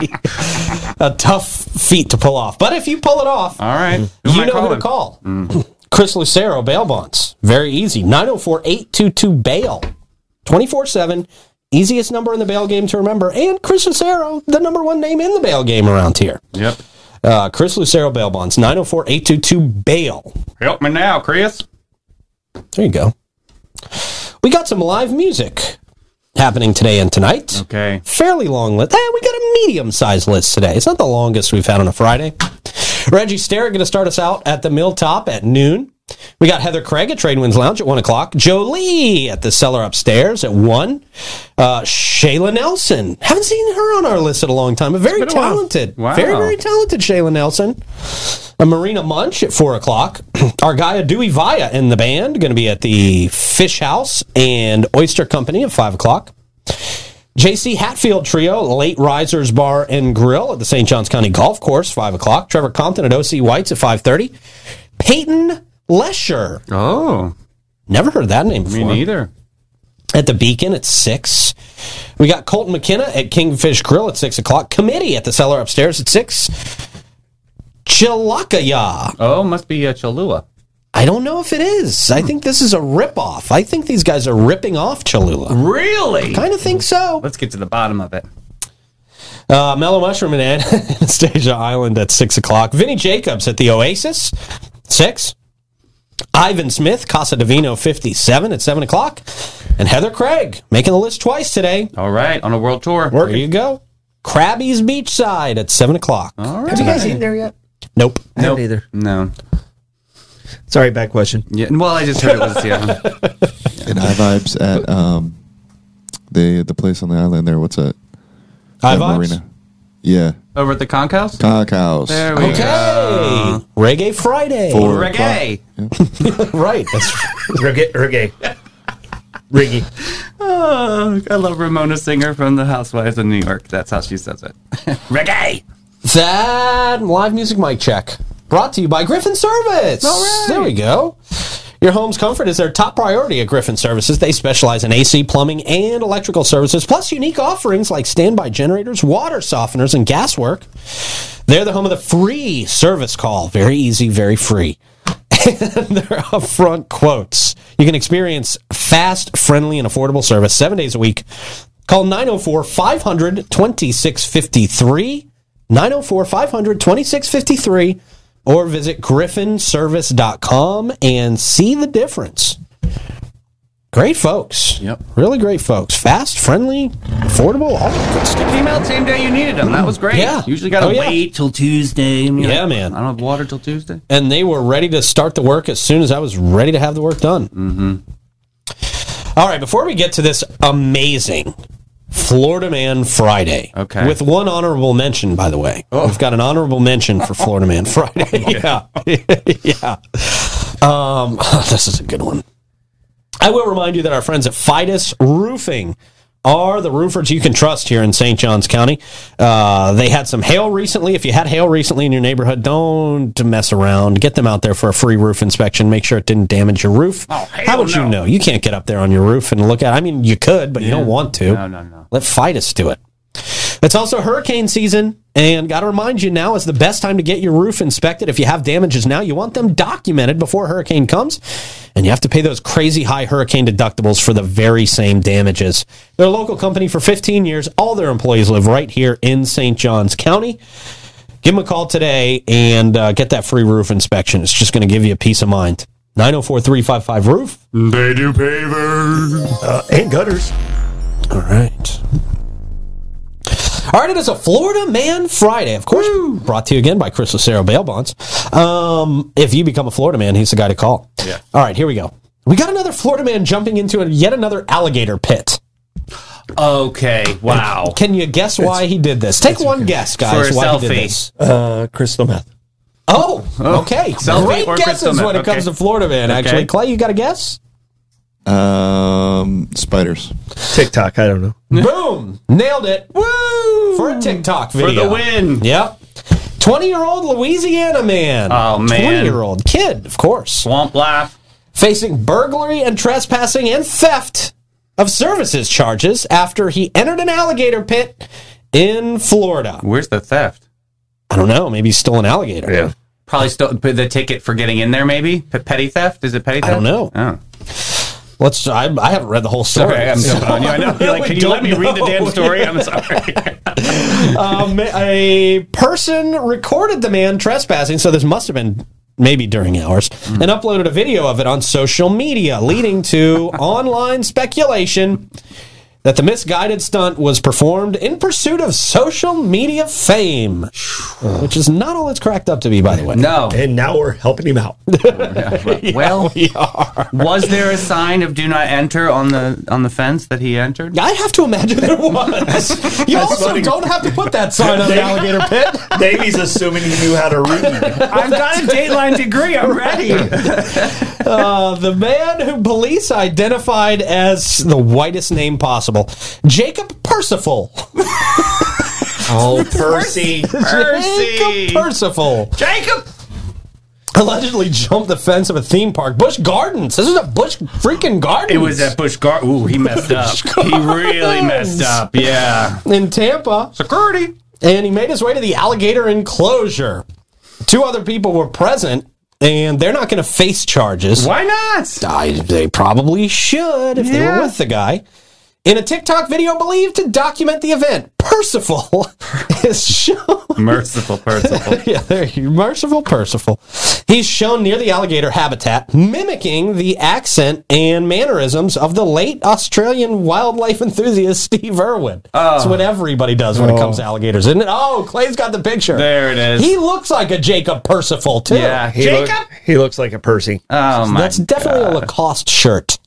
A: a tough feat to pull off. But if you pull it off,
B: All right. Who am
A: Mm-hmm. you
B: I
A: know who
B: calling? Mm.
A: to call. Chris Lucero, bail bonds. Very easy. 904 822 bail. 24 7. Easiest number in the bail game to remember. And Chris Lucero, the number one name in the bail game around here.
B: Yep.
A: Uh, Chris Lucero, bail bonds. 904 822 bail.
B: Help me now, Chris.
A: There you go. We got some live music happening today and tonight.
B: Okay.
A: Fairly long list. Eh, we got a medium sized list today. It's not the longest we've had on a Friday. Reggie Sterrett going to start us out at the Milltop at noon. We got Heather Craig at Trade Winds Lounge at 1 o'clock. Jolie at the cellar upstairs at 1. Uh, Shayla Nelson. Haven't seen her on our list in a long time, but very talented.
B: Wow.
A: Very, very talented, Shayla Nelson. A Marina Munch at four o'clock. Our guy Dewey Via in the band going to be at the Fish House and Oyster Company at five o'clock. JC Hatfield Trio, Late Risers Bar and Grill at the St. Johns County Golf Course, five o'clock. Trevor Compton at OC White's at five thirty. Peyton Lesher,
B: Oh,
A: never heard that name before
B: me neither.
A: at the Beacon at six. We got Colton McKenna at Kingfish Grill at six o'clock. Committee at the cellar upstairs at six. Chilakaya.
B: Oh, must be a Cholula.
A: I don't know if it is. I think this is a ripoff. I think these guys are ripping off Cholula.
B: Really?
A: Kind of think so.
B: Let's get to the bottom of it.
A: Uh, Mellow Mushroom and An- Anastasia Island at 6 o'clock. Vinnie Jacobs at the Oasis, 6. Ivan Smith, Casa Divino 57 at 7 o'clock. And Heather Craig, making the list twice today.
B: All right, on a world tour.
A: There you go. Krabby's Beachside at 7 o'clock.
B: All right.
C: Have you guys eaten there yet?
A: Nope.
B: Nope.
C: either.
B: No.
C: Sorry, bad question.
B: Yeah. Well, I just heard it was yeah.
D: And high vibes at um the the place on the island there. What's that?
A: High
D: That
A: vibes?
D: Yeah,
B: Over at the Conk House.
D: cock house.
B: There we
A: Okay.
B: go.
A: Reggae Friday.
D: Four
B: Reggae.
A: Right. That's
C: Reggae. Reggae. Riggy.
B: Oh, I love Ramona Singer from The Housewives of New York. That's how she says it. Reggae.
A: That live music mic check brought to you by Griffin Service. All right. There we go. Your home's comfort is their top priority at Griffin Services. They specialize in AC, plumbing, and electrical services, plus unique offerings like standby generators, water softeners, and gas work. They're the home of the free service call. Very easy, very free. and their upfront quotes. You can experience fast, friendly, and affordable service seven days a week. Call 904 500 2653. 904 500 2653 or visit griffinservice.com and see the difference. Great folks.
F: Yep.
A: Really great folks. Fast, friendly, affordable, all that good stuff.
F: Came out same day you needed them. That was great.
A: Yeah.
F: Usually got to
A: Oh, yeah.
F: wait till Tuesday. and, you know,
A: Yeah, man.
F: I don't have water till Tuesday.
A: and they were ready to start the work as soon as I was ready to have the work done. Mm-hmm. right, before we get to this amazing Florida Man Friday,
F: Okay.
A: with one honorable mention, by the way, we've got an honorable mention for Florida Man Friday. yeah, yeah. Um, this is a good one. I will remind you that our friends at Fidus Roofing are the roofers you can trust here in St. Johns County. Uh, they had some hail recently. If you had hail recently in your neighborhood, don't mess around. Get them out there for a free roof inspection. Make sure it didn't damage your roof.
F: Oh, hell
A: How would you
F: no.
A: know? You can't get up there on your roof and look at it. I mean, you could, but you don't want to.
F: No, no, no.
A: Let Fidus do it. It's also hurricane season, and got to remind you now is the best time to get your roof inspected. If you have damages now, you want them documented before a hurricane comes, and you have to pay those crazy high hurricane deductibles for the very same damages. They're a local company for 15 years. All their employees live right here in St. Johns County. Give them a call today and uh, get that free roof inspection. It's just going to give you peace of mind. 904 355 roof.
G: They do pavers.
C: Uh, and gutters.
A: All right. All right, it is a Florida Man Friday, of course, brought to you again by Chris Lucero Bail Bonds. Um, if you become a Florida man, he's the guy to call. Yeah. All right, here we go. We got another Florida man jumping into a, yet another alligator pit.
F: Okay. Wow.
A: Can you guess why he did this? Take one guess, guys,
F: For a
A: why he
F: selfie.
A: did this.
E: Uh, crystal meth.
A: Oh, okay.
F: Selfie
A: Great
F: or crystal
A: guesses
F: meth,
A: when it
F: okay.
A: comes to Florida man, actually. Clay, you got a guess?
D: Um, spiders.
C: TikTok, I don't know.
A: Boom! Nailed it. Woo! For a TikTok
F: For
A: video.
F: the win.
A: Yep. 20 year old Louisiana man.
F: Oh, man.
A: 20 year old kid, of course.
F: Swamp laugh.
A: Facing burglary and trespassing and theft of services charges after he entered an alligator pit in Florida.
F: Where's the theft?
A: I don't know. Maybe he's still an alligator.
C: Yeah.
F: Probably still the ticket for getting in there. Maybe P- petty theft. Is it petty
A: I
F: theft?
A: don't know.
F: Oh.
A: Let's. I, I haven't read the whole story.
F: Okay, I'm
A: so
F: jumping on you. I know. You're like,
A: really
F: can you let me
A: don't
F: read the damn
A: know."
F: story? I'm sorry.
A: um, a person recorded the man trespassing, so this must have been maybe during hours,
C: Hmm.
A: and uploaded a video of it on social media, leading to online speculation that the misguided stunt was performed in pursuit of social media fame, which is not all it's cracked up to be, by the way.
F: no.
C: And now we're helping him out.
F: Well, was there a sign of "Do not enter" on the on the fence that he entered?
A: I have to imagine there was. You also
C: funny.
A: don't have to put that sign on the
C: They-
A: alligator pit.
C: Davy's assuming he knew how to read.
F: I've got a Dateline degree. I'm ready.
A: Uh, the man who police identified as the whitest name possible, Jacob Percival.
C: Oh, Percy.
F: Percy.
A: Jacob Percival
F: Jacob.
A: allegedly jumped the fence of a theme park, Bush Gardens. This is a Bush freaking Gardens.
F: It was at Bush Gar. Ooh, he messed up. he really messed up. Yeah.
A: in Tampa,
F: Security.
A: and he made his way to the alligator enclosure. Two other people were present, and they're not going to face charges.
F: Why not?
A: I, they probably should if they were
F: Yeah.
A: with the guy. In a TikTok video believed to document the event, Percival is shown.
F: Merciful Percival.
A: yeah, there you merciful Percival. He's shown near the alligator habitat, mimicking the accent and mannerisms of the late Australian wildlife enthusiast Steve Irwin.
F: Oh.
A: That's what everybody does when it comes to alligators, isn't it? Oh, Clay's got the picture.
F: There it is.
A: He looks like a Jacob Percival too.
F: yeah.
C: He
F: Jacob.
C: look- he looks like a Percy.
A: Uh.
F: oh my.
A: That's definitely a Lacoste shirt.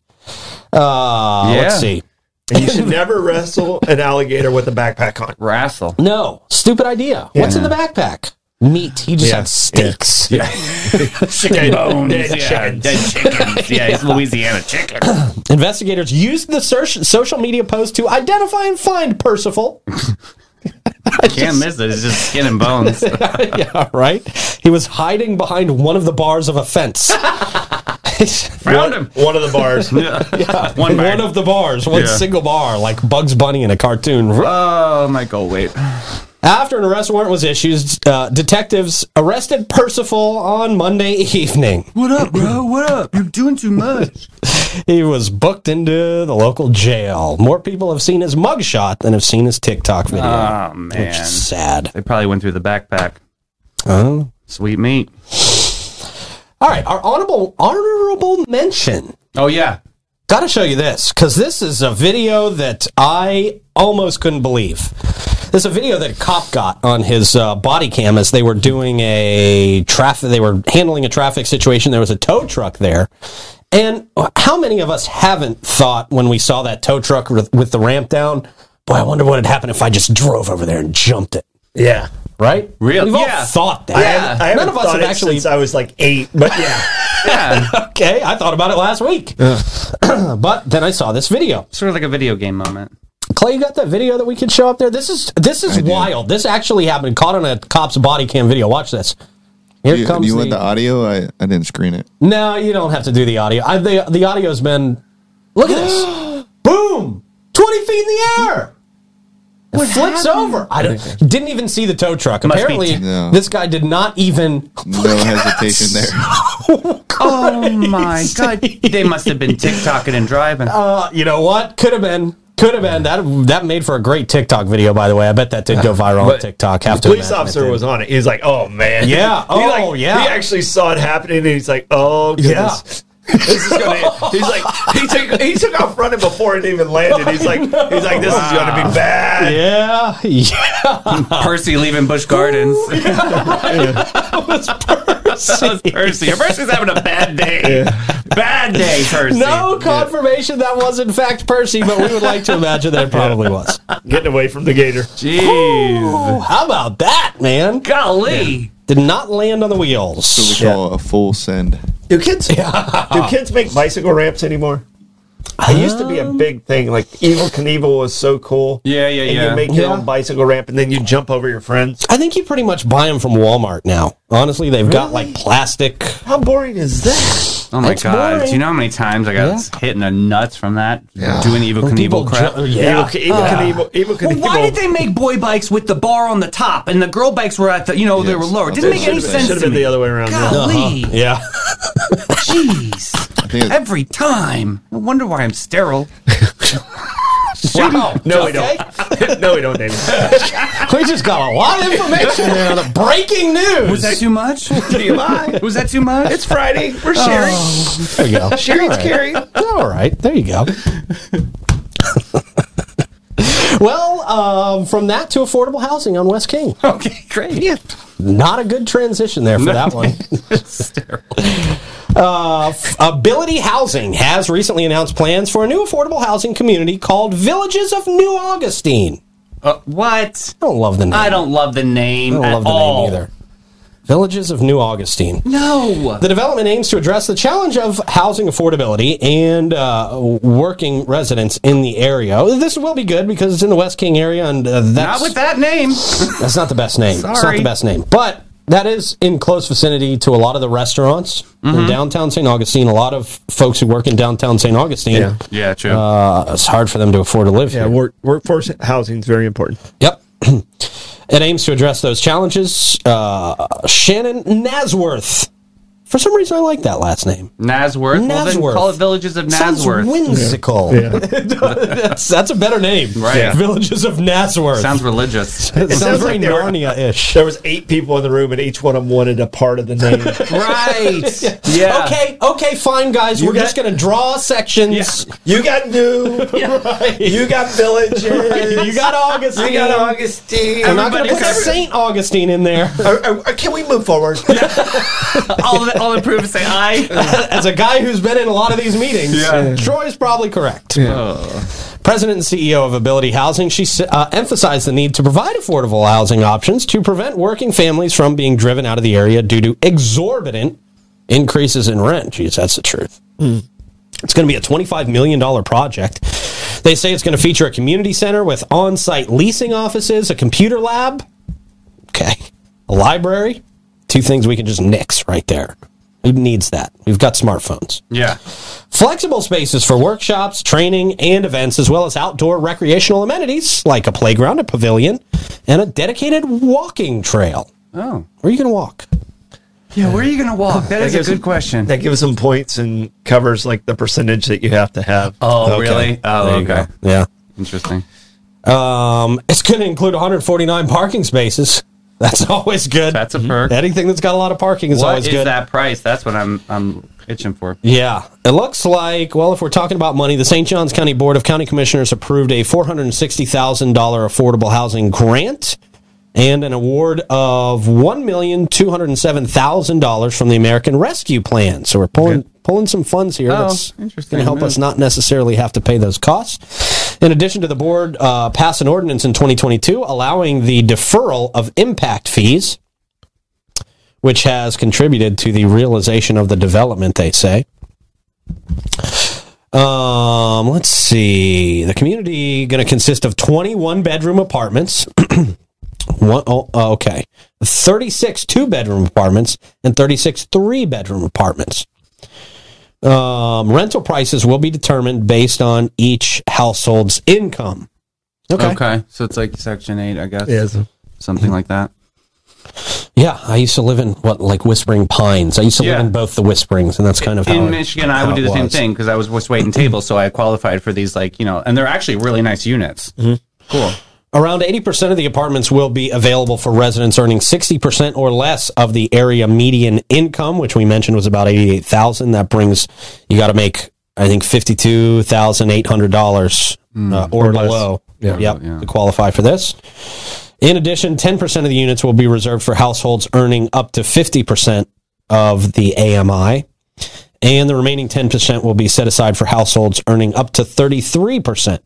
A: Uh,
F: Yeah.
A: Let's see.
C: And you should never wrestle an alligator with a backpack on.
F: Wrestle.
A: No, stupid idea. What's in the backpack? Meat. He just had steaks.
C: Chicken bones.
F: Yeah, dead chickens. Yeah, he's Louisiana chicken.
A: Investigators used the search, social media post to identify and find Percival.
F: Can't miss it. It's just skin and bones.
A: yeah, right. He was hiding behind one of the bars of a fence.
F: Found him.
C: One of the bars.
F: One
A: one
F: man.
A: of the bars, one
F: Yeah.
A: single bar, like Bugs Bunny in a cartoon.
F: Oh, Michael, wait.
A: After an arrest warrant was issued, uh, detectives arrested Percival on Monday evening.
F: What up, bro? What up? You're doing too much.
A: He was booked into the local jail. More people have seen his mugshot than have seen his TikTok video.
F: Oh, man.
A: which is sad.
F: They probably went through the backpack.
A: Oh.
F: Sweet meat.
A: All right, our honorable honorable mention.
F: Oh, yeah.
A: Got to show you this because this is a video that I almost couldn't believe. This is a video that a cop got on his uh, body cam as they were doing a traffic. They were handling a traffic situation. There was a tow truck there, and how many of us haven't thought when we saw that tow truck with, with the ramp down? Boy, I wonder what would happen if I just drove over there and jumped it.
C: yeah.
A: Right?
F: Real-
A: We've all
F: yeah.
A: thought that.
C: I haven't, I haven't
A: None of us
C: thought
A: have
C: it
A: actually.
C: since I was like eight, but yeah.
F: Yeah.
A: okay, I thought about it last week, but then I saw this video.
F: sort of like a video game moment.
A: Clay, you got that video that we could show up there? This is this is wild. This actually happened. Caught on a cop's body cam video. Watch this. Here
D: Do you, do
A: comes
D: you
A: the,
D: want the audio? I, I didn't screen it.
A: No, you don't have to do the audio. I, the the audio's been. Look at this. Boom! Twenty feet in the air. It flips over. I don't, didn't even see the tow truck.
F: Must be
A: Apparently,
D: No.
A: this guy did not even.
D: No hesitation there.
F: Oh my god! They must have been TikToking and driving.
A: Uh, you know what? Could have been. Could have been. That that made for a great TikTok video. By the way, I bet that did go viral on
C: But
A: TikTok. Have
C: the
A: to
C: police
A: imagine it
C: officer
A: did.
C: was on it. He was like, "Oh man,
A: Yeah.
C: He, like,
A: Oh, yeah.
C: He actually saw it happening, and he's like, "Oh
A: Yeah.
C: goodness." This is gonna. He's like he took he took off running before it even landed. He's like he's like this is gonna be bad.
A: Yeah. Yeah.
F: Percy leaving Bush Gardens. that was Percy. Percy's having a bad day. Bad day, Percy.
A: No confirmation that was in fact Percy, but we would like to imagine that it probably was.
C: Getting away from the gator.
F: Jeez.
A: Ooh, how about that, man?
F: Golly.
A: Did not land on the
D: We
A: wheels.
D: call a full send.
C: Do kids? Do kids make bicycle ramps anymore? It used to be a big thing. Like Evil Knievel was so cool.
F: Yeah, yeah,
C: And
F: yeah.
C: you make your own bicycle ramp, and then you jump over your friends.
A: I think you pretty much buy them from Walmart now. Honestly, they've got like plastic.
C: How boring is that?
F: Oh my
A: That's
F: god!
A: boring.
F: Do you know how many times I got hit in the nuts from that? Doing evil Knievel crap.
A: ju- yeah.
C: Evil, Evil Knievel. Evil Knievel.
B: Why did they make boy bikes with the bar on the top and the girl bikes were at the, you know, they were
D: Yes. Oh,
B: lower? It didn't
D: They
B: make any
D: should've been-
B: sense
C: Should have
B: to
C: been
B: me.
C: the other way around. yeah.
B: Golly,
A: Yeah.
B: jeez.
D: I think it's-
F: Every time. No wonder why I'm sterile.
A: Wow.
C: No, we
A: Okay.
C: don't. no, we don't, David.
A: We just got a lot of information there. The breaking news.
F: Was that too much?
C: TMI.
F: Was that too much? Oh,
C: It's Friday. We're sharing.
A: there you go.
C: Sharing's caring.
A: All right, there you go. well, um, from that to affordable housing on West King.
F: okay, great.
A: Not a good transition there for that one. uh, F- Ability Housing has recently announced plans for a new affordable housing community called Villages of New Augustine.
F: Uh, what?
A: I don't love the name.
F: I don't love the name.
A: I don't
F: at
A: love the
F: all.
A: name either. Villages of New Augustine.
F: No.
A: The development aims to address the challenge of housing affordability and uh, working residents in the area. This will be good because it's in the West King area, and uh,
F: Not
A: that's
F: with that name.
A: that's not the best name. It's not
F: Sorry.
A: the best name, but that is in close vicinity to a lot of the restaurants
F: Mm-hmm.
A: in downtown St. Augustine. A lot of folks who work in downtown St. Augustine,
C: Yeah.
F: Yeah, true.
A: uh, it's hard for them to afford to live here.
C: work, workforce housing is very important.
A: Yep. it aims to address those challenges. Uh, Shannon Nasworth. For some reason, I like that last name.
F: Nasworth. Well, then
A: Nasworth.
F: call it Villages of
A: Sounds
F: Nasworth.
A: whimsical. that's, that's a better name.
F: Right. Yeah.
A: Villages of Nasworth.
F: Sounds religious.
A: it sounds,
C: sounds
A: very
C: like they were-
A: Narnia-ish.
C: There was eight people in the room, and each one of them wanted a part of the name.
F: right. Yeah.
A: Okay, okay, fine, guys. We're
C: got-
A: just going to draw sections.
C: you got new. You got villages.
A: You got Augustine.
C: You got Augustine.
A: I'm not going to put
F: covered.
A: St. Augustine in there.
C: Uh, uh, can we move forward?
F: All the, all the proof say I.
A: As a guy who's been in a lot of these meetings, Troy's probably correct. President and CEO of Ability Housing, she uh, emphasized the need to provide affordable housing options to prevent working families from being driven out of the area due to exorbitant increases in rent. Geez, that's the truth. It's going to be a $25 million project. They say it's going to feature a community center with on site leasing offices, a computer lab, okay, a library. Two things we can just nix right there. Who needs that? We've got smartphones.
F: Yeah.
A: Flexible spaces for workshops, training, and events, as well as outdoor recreational amenities like a playground, a pavilion, and a dedicated walking trail.
F: Oh.
A: Where you can walk?
F: Yeah, where are you going to walk? That is a
C: gives
F: good
C: me-
F: question.
C: That gives them points and covers like the percentage that you have to have.
F: oh,
C: Okay.
F: really?
A: There
F: Oh,
A: you
F: okay.
A: go. Yeah.
F: Interesting.
A: Um, it's going to include 149 parking spaces. That's always good.
F: That's a perk.
A: Anything Mm-hmm. that's got a lot of parking is
F: What
A: always
F: is
A: good.
F: that price? That's what I'm I'm itching for.
A: Yeah. It looks like, well, if we're talking about money, the St. John's County Board of County Commissioners approved a $460,000 affordable housing grant and an award of $1,207,000 from the American Rescue Plan. So we're pulling pulling some funds here
F: Oh,
A: that's going
F: interesting
A: to help
F: move.
A: us not necessarily have to pay those costs. In addition to the board uh, pass an ordinance in 2022 allowing the deferral of impact fees which has contributed to the realization of the development, they say. Um, let's see. The community going to consist of 21 bedroom apartments. One, oh, oh, okay. 36 two bedroom apartments and 36 three bedroom apartments. Um, rental prices will be determined based on each household's income. Okay.
F: Okay, so it's like Section Eight, I guess. Something like that.
A: Yeah. I used to live in what, like Whispering Pines. I used to
F: Yeah.
A: live in both the Whisperings, and that's kind of how
F: In
A: it-
F: Michigan, I
A: how
F: would do
A: it
F: the same
A: was.
F: thing because I was just waiting tables, so I qualified for these, like you know, and they're actually really nice units.
A: Mm-hmm.
F: Cool.
A: Around 80% of the apartments will be available for residents earning 60% or less of the area median income, which we mentioned was about 88,000. That brings you got to make I think $52,800 uh, or, below. yep,
F: Hmm. yeah.
A: to qualify for this. In addition, 10% of the units will be reserved for households earning up to 50% of the AMI. And the remaining 10% will be set aside for households earning up to 33%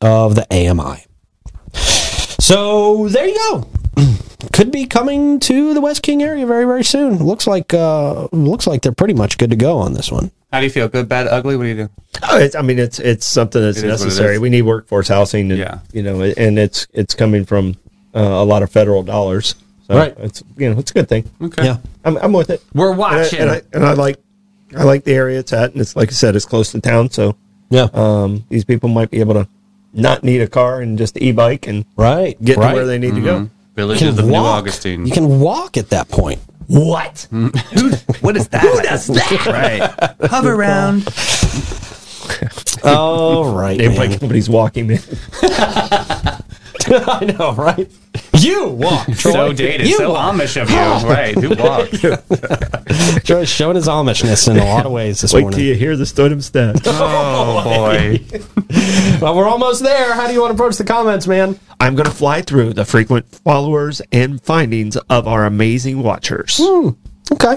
A: of the AMI. So there you go. Could be coming to the West King area very, very soon. Looks like uh, looks like they're pretty much good to go on this one.
F: How do you feel? Good, bad, ugly? What do you do?
C: Oh, it's, I mean, it's it's something that's
F: It is what it
C: necessary.
F: is.
C: We need workforce housing, and,
F: Yeah.
C: you know, and it's it's coming from uh, a lot of federal dollars. So
A: Right.
C: It's you know, it's a good thing.
F: Okay.
A: Yeah.
C: I'm, I'm with it.
F: We're
C: And I,
F: watching.
C: and, I, and I like I like the area it's at, and it's like I said, it's close to town, so
A: Yeah.
C: um, these people might be able to not need a car and just e-bike and
A: right.
C: get
A: right.
C: to where they need to go.
B: Mm-hmm.
F: Village
A: You
F: of the
A: can
F: New
A: walk.
F: Augustine.
A: You can walk at that point.
C: What?
F: what is that? does that? Right. Hover around.
A: All right.
C: Damn, like
A: man.
C: nobody's walking in.
A: I know, right? You walk.
F: So
A: Troy.
F: dated.
A: You
F: so
A: walk.
F: Amish of you. right. Who walked?
A: Troy's showing his Amishness in a lot of ways this
C: Wait till
A: morning.
C: you hear the Stoneham stat.
F: Oh, boy.
A: Well, we're almost there. How do you want to approach the comments, man?
C: I'm going to fly through the frequent followers and findings of our amazing watchers.
A: Okay.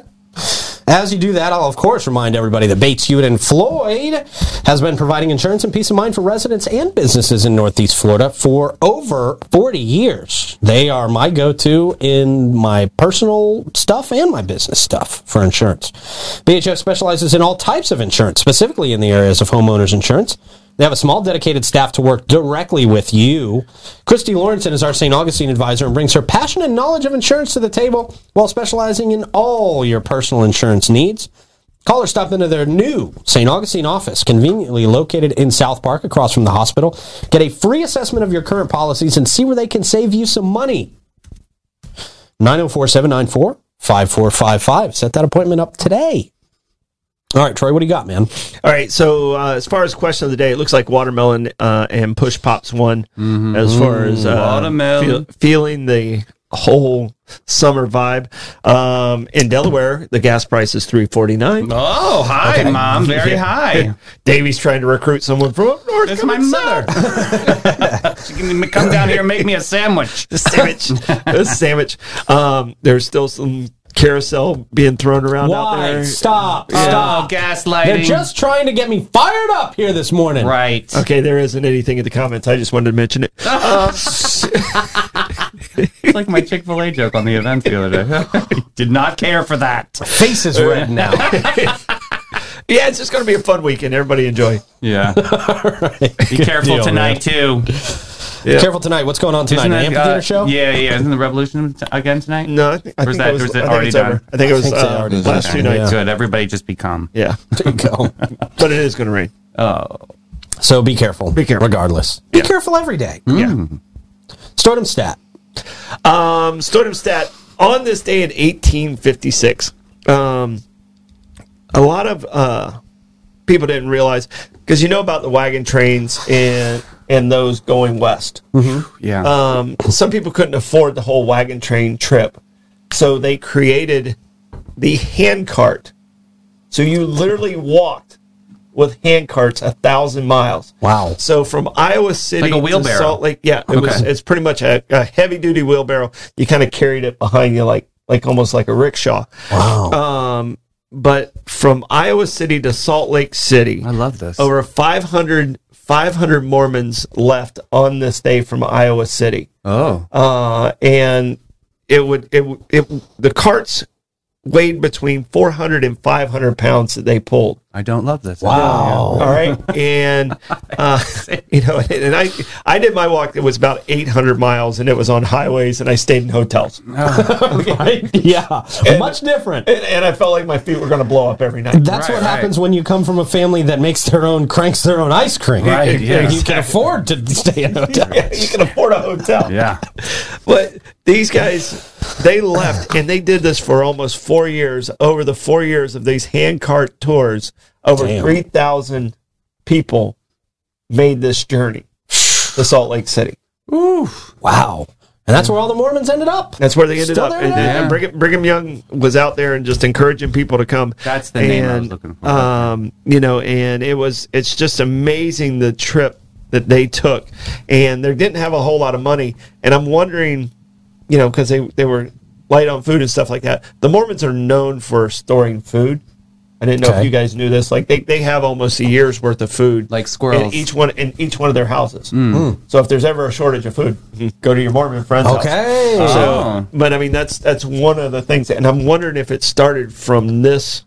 A: As you do that, I'll of course remind everybody that Bates, Hewitt, and Floyd has been providing insurance and peace of mind for residents and businesses in Northeast Florida for over 40 years. They are my go to in my personal stuff and my business stuff for insurance. BHF specializes in all types of insurance, specifically in the areas of homeowners insurance. They have a small dedicated staff to work directly with you. Christy Lawrenson is our St. Augustine advisor and brings her passion and knowledge of insurance to the table while specializing in all your personal insurance needs. Call or stop into their new St. Augustine office, conveniently located in South Park across from the hospital. Get a free assessment of your current policies and see where they can save you some money. 904 794 5455. Set that appointment up today. All right, Troy, what do you got, man?
C: All right. So uh, as far as question of the day, it looks like watermelon uh, and push pops won. As far as uh,
F: Mm-hmm. Watermelon.
C: feel- feeling the whole summer vibe um, in Delaware, the gas price is three forty nine.
F: Oh, hi, Mom. Very high.
C: Davy's trying to recruit someone from up north.
F: That's
C: Come
F: my
C: and
F: mother. she can come down here and make me a sandwich.
C: sandwich. this sandwich. Um, there's still some carousel being thrown around out
A: Why?
C: there.
A: Stop.
F: Oh,
A: Stop.
F: gaslighting.
A: They're just trying to get me fired up here this morning.
F: right.
C: Okay, there isn't anything in the comments. I just wanted to mention it.
F: Ah. It's like my Chick Fil A joke on the event the other day. Did not care for that.
A: Face is red now.
C: yeah, it's just going to be a fun weekend. Everybody enjoy.
F: Yeah. Be careful
A: deal,
F: tonight too.
C: Yeah.
A: Careful tonight. What's going on tonight? An amphitheater
F: uh,
A: show?
F: Yeah, yeah. Isn't the Revolution t- again tonight?
C: No, I think, I
F: Or is
C: think
F: that-
C: it was,
F: or is it
C: I think
F: already
C: it's over.
F: done?
C: I think it was
A: think it's
C: uh,
A: already
C: last
A: done.
C: two nights.
F: Good. Everybody just be calm.
C: Yeah.
A: There you go.
C: but it is going to rain.
A: So be careful. Be
C: careful.
A: Regardless. Be careful every day. Mm. Stardom stat.
C: Um, Stodum stat on this day in 1856. Um, a lot of uh, people didn't realize because you know about the wagon trains and and those going west.
F: Yeah.
C: um, some people couldn't afford the whole wagon train trip, so they created the hand cart. So you literally walked with hand carts a thousand miles.
A: Wow.
C: So from Iowa City
F: Like a
C: to
F: wheelbarrow.
C: Salt Lake, yeah, it was. It's pretty much a, a heavy duty wheelbarrow. You kind of carried it behind you, like like almost like a rickshaw. Um,
A: Wow.
C: But from Iowa City to Salt Lake City,
F: I love this.
C: over 500, 500 Mormons left on this day from Iowa City
F: oh.
C: uh, and it would it would- it the carts weighed between 400 and 500 pounds that they pulled
F: I don't love this.
A: wow.
C: all right and uh, you know and i i did my walk it was about 800 miles and it was on highways and i stayed in hotels
A: yeah. Much different.
C: and, and i felt like my feet were going to blow up every night
A: That's
F: Right,
A: what
F: right.
A: happens when you come from a family that makes their own, cranks their own ice cream.
F: Right, yeah.
A: You can afford to stay in a hotel.
C: you can afford a hotel
F: Yeah.
C: But these guys, they left and they did this for almost four years. Over the four years of these hand cart tours, over
A: Damn.
C: 3,000 people made this journey to Salt Lake City.
A: Wow. And that's where all the Mormons ended up.
C: That's where they ended
A: Still
C: up.
A: there
C: And,
A: today?
C: and Brigham, Brigham Young was out there and just encouraging people to come.
F: That's the name I was looking for.
C: Um, you know, and it was it's just amazing the trip that they took, and they didn't have a whole lot of money. And I'm wondering, you know, because they they were light on food and stuff like that. The Mormons are known for storing food. I didn't know
A: Okay.
C: if you guys knew this. Like they, they have almost a year's worth of food,
F: Like squirrels. Mm.
C: in each one in each one of their houses. So if there's ever a shortage of food, go to your Mormon friend's house.
A: Okay.
F: Oh.
C: But I mean, that's that's one of the things, and I'm wondering if it started from this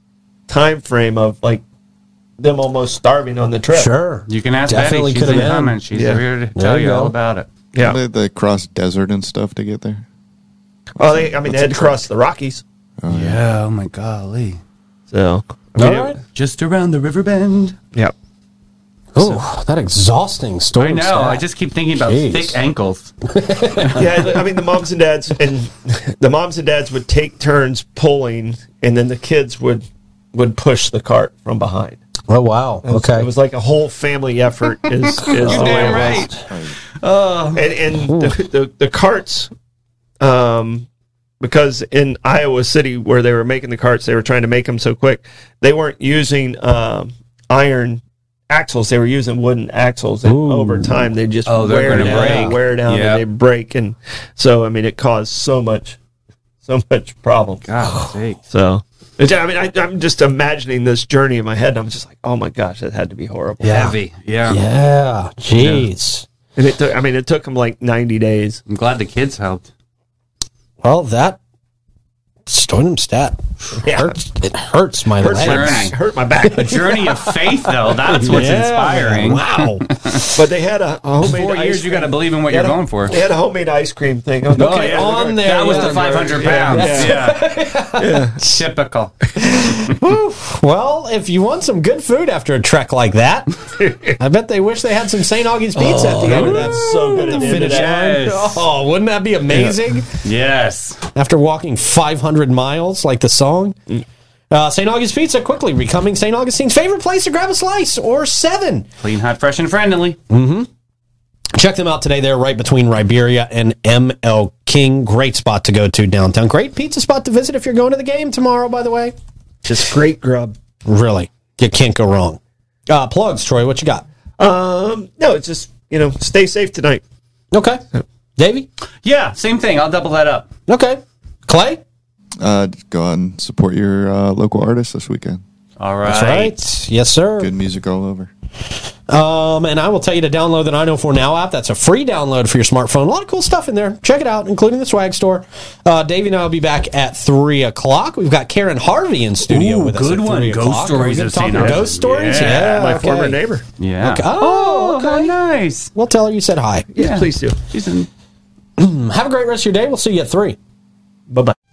C: time frame of like them almost starving on the trip.
A: Sure.
F: You can ask
A: Definitely
F: Betty. She's
A: could've
F: in
A: been.
F: common. She's
C: Yeah.
F: here to
A: There
F: tell
A: you
F: you all
A: go.
F: about it.
C: Yeah.
D: They, they cross desert and stuff to get there.
C: Well, they, I mean, they had to cross the Rockies.
F: Yeah. Oh my golly.
C: So. I
A: All
C: mean,
A: right.
F: Just around the river bend.
C: Yeah.
A: Oh, that exhausting story.
F: I know. I just keep thinking about
A: Jeez.
F: thick ankles.
C: Yeah. I mean, the moms and dads and the moms and dads would take turns pulling, and then the kids would would push the cart from behind.
A: Oh, wow. Okay.
C: It was like a whole family effort. Is, is the way it
F: Damn
C: was.
F: right. Um,
C: and, and the, the, the carts um because in Iowa City where they were making the carts they were trying to make them so quick they weren't using um iron axles they were using wooden axles and over time they just
F: Oh, they're
C: wear
F: gonna
C: down
F: break.
C: wear down
F: Yep.
C: and they break and so I mean it caused so much so much problem
A: Oh,
F: God's sake.
C: so it's, I mean I, I'm just imagining this journey in my head and I'm just like oh my gosh that had to be horrible
A: yeah.
F: Heavy. Yeah.
A: Yeah. Jeez.
C: and it took I mean it took them like 90 days
F: I'm glad the kids helped.
A: Well, that sternum stat
C: Yeah.
A: hurts. It hurts my
C: hurt
A: legs.
C: my
F: Legs.
C: back hurt my back
F: A journey of faith, though. That's what's
A: Yeah,
F: inspiring.
A: Wow.
C: But they had a, a homemade
F: Four
C: ice
F: years, you
C: cream-
F: got to believe in what
C: they
F: you're
C: had a-
F: going for. Oh,
C: They had a homemade ice cream thing. Oh, I was
A: Okay,
C: looking at it.
A: on there.
F: That was
A: yeah.
F: the 500 pounds.
C: Yeah.
F: Yeah. Typical.
A: Well, if you want some good food after a trek like that, I bet they wish they had some St. Augie's pizza at the end of that.
C: Oh, that's so good at the end of
A: Finish
C: that.
A: line.
F: Yes.
A: Oh, wouldn't that be amazing?
F: Yes.
A: After walking 500 miles, like the song.
C: Mm.
A: Uh, St. Augie's Pizza quickly becoming St. Augustine's favorite place to grab a slice or seven.
F: Clean, hot, fresh, and friendly.
A: Check them out today. They're right between Riberia and ML King. Great spot to go to downtown. Great pizza spot to visit if you're going to the game tomorrow, by the way.
C: Just great grub.
A: Really, you can't go wrong. Uh, plugs, Troy, what you got?
C: Um, no, it's just you know, stay safe tonight.
A: Okay. Davey?
F: Yeah, same thing. I'll double that up.
A: Okay. Clay?
D: Uh, go out and support your uh, local artists this weekend.
F: All right.
A: Yes, sir.
D: Good music all over.
A: Um, and I will tell you to download the 904 Now app. That's a free download for your smartphone. A lot of cool stuff in there. Check it out, including the swag store. Uh, Davey and I will be back at 3 o'clock. We've got Karen Harvey in studio
F: Ooh,
A: with us.
F: good
A: at
F: one.
A: 3
F: Ghost
A: o'clock. Are we
F: stories
A: gonna
F: I've
A: talk
F: seen.
A: about Ghost stories? Yeah.
C: my
A: okay.
C: former neighbor.
F: Yeah.
A: Oh, okay.
F: nice.
A: We'll tell her you said hi.
C: Yes, please do.
F: She's in
A: Have a great rest of your day. We'll see you at 3.
C: Bye bye.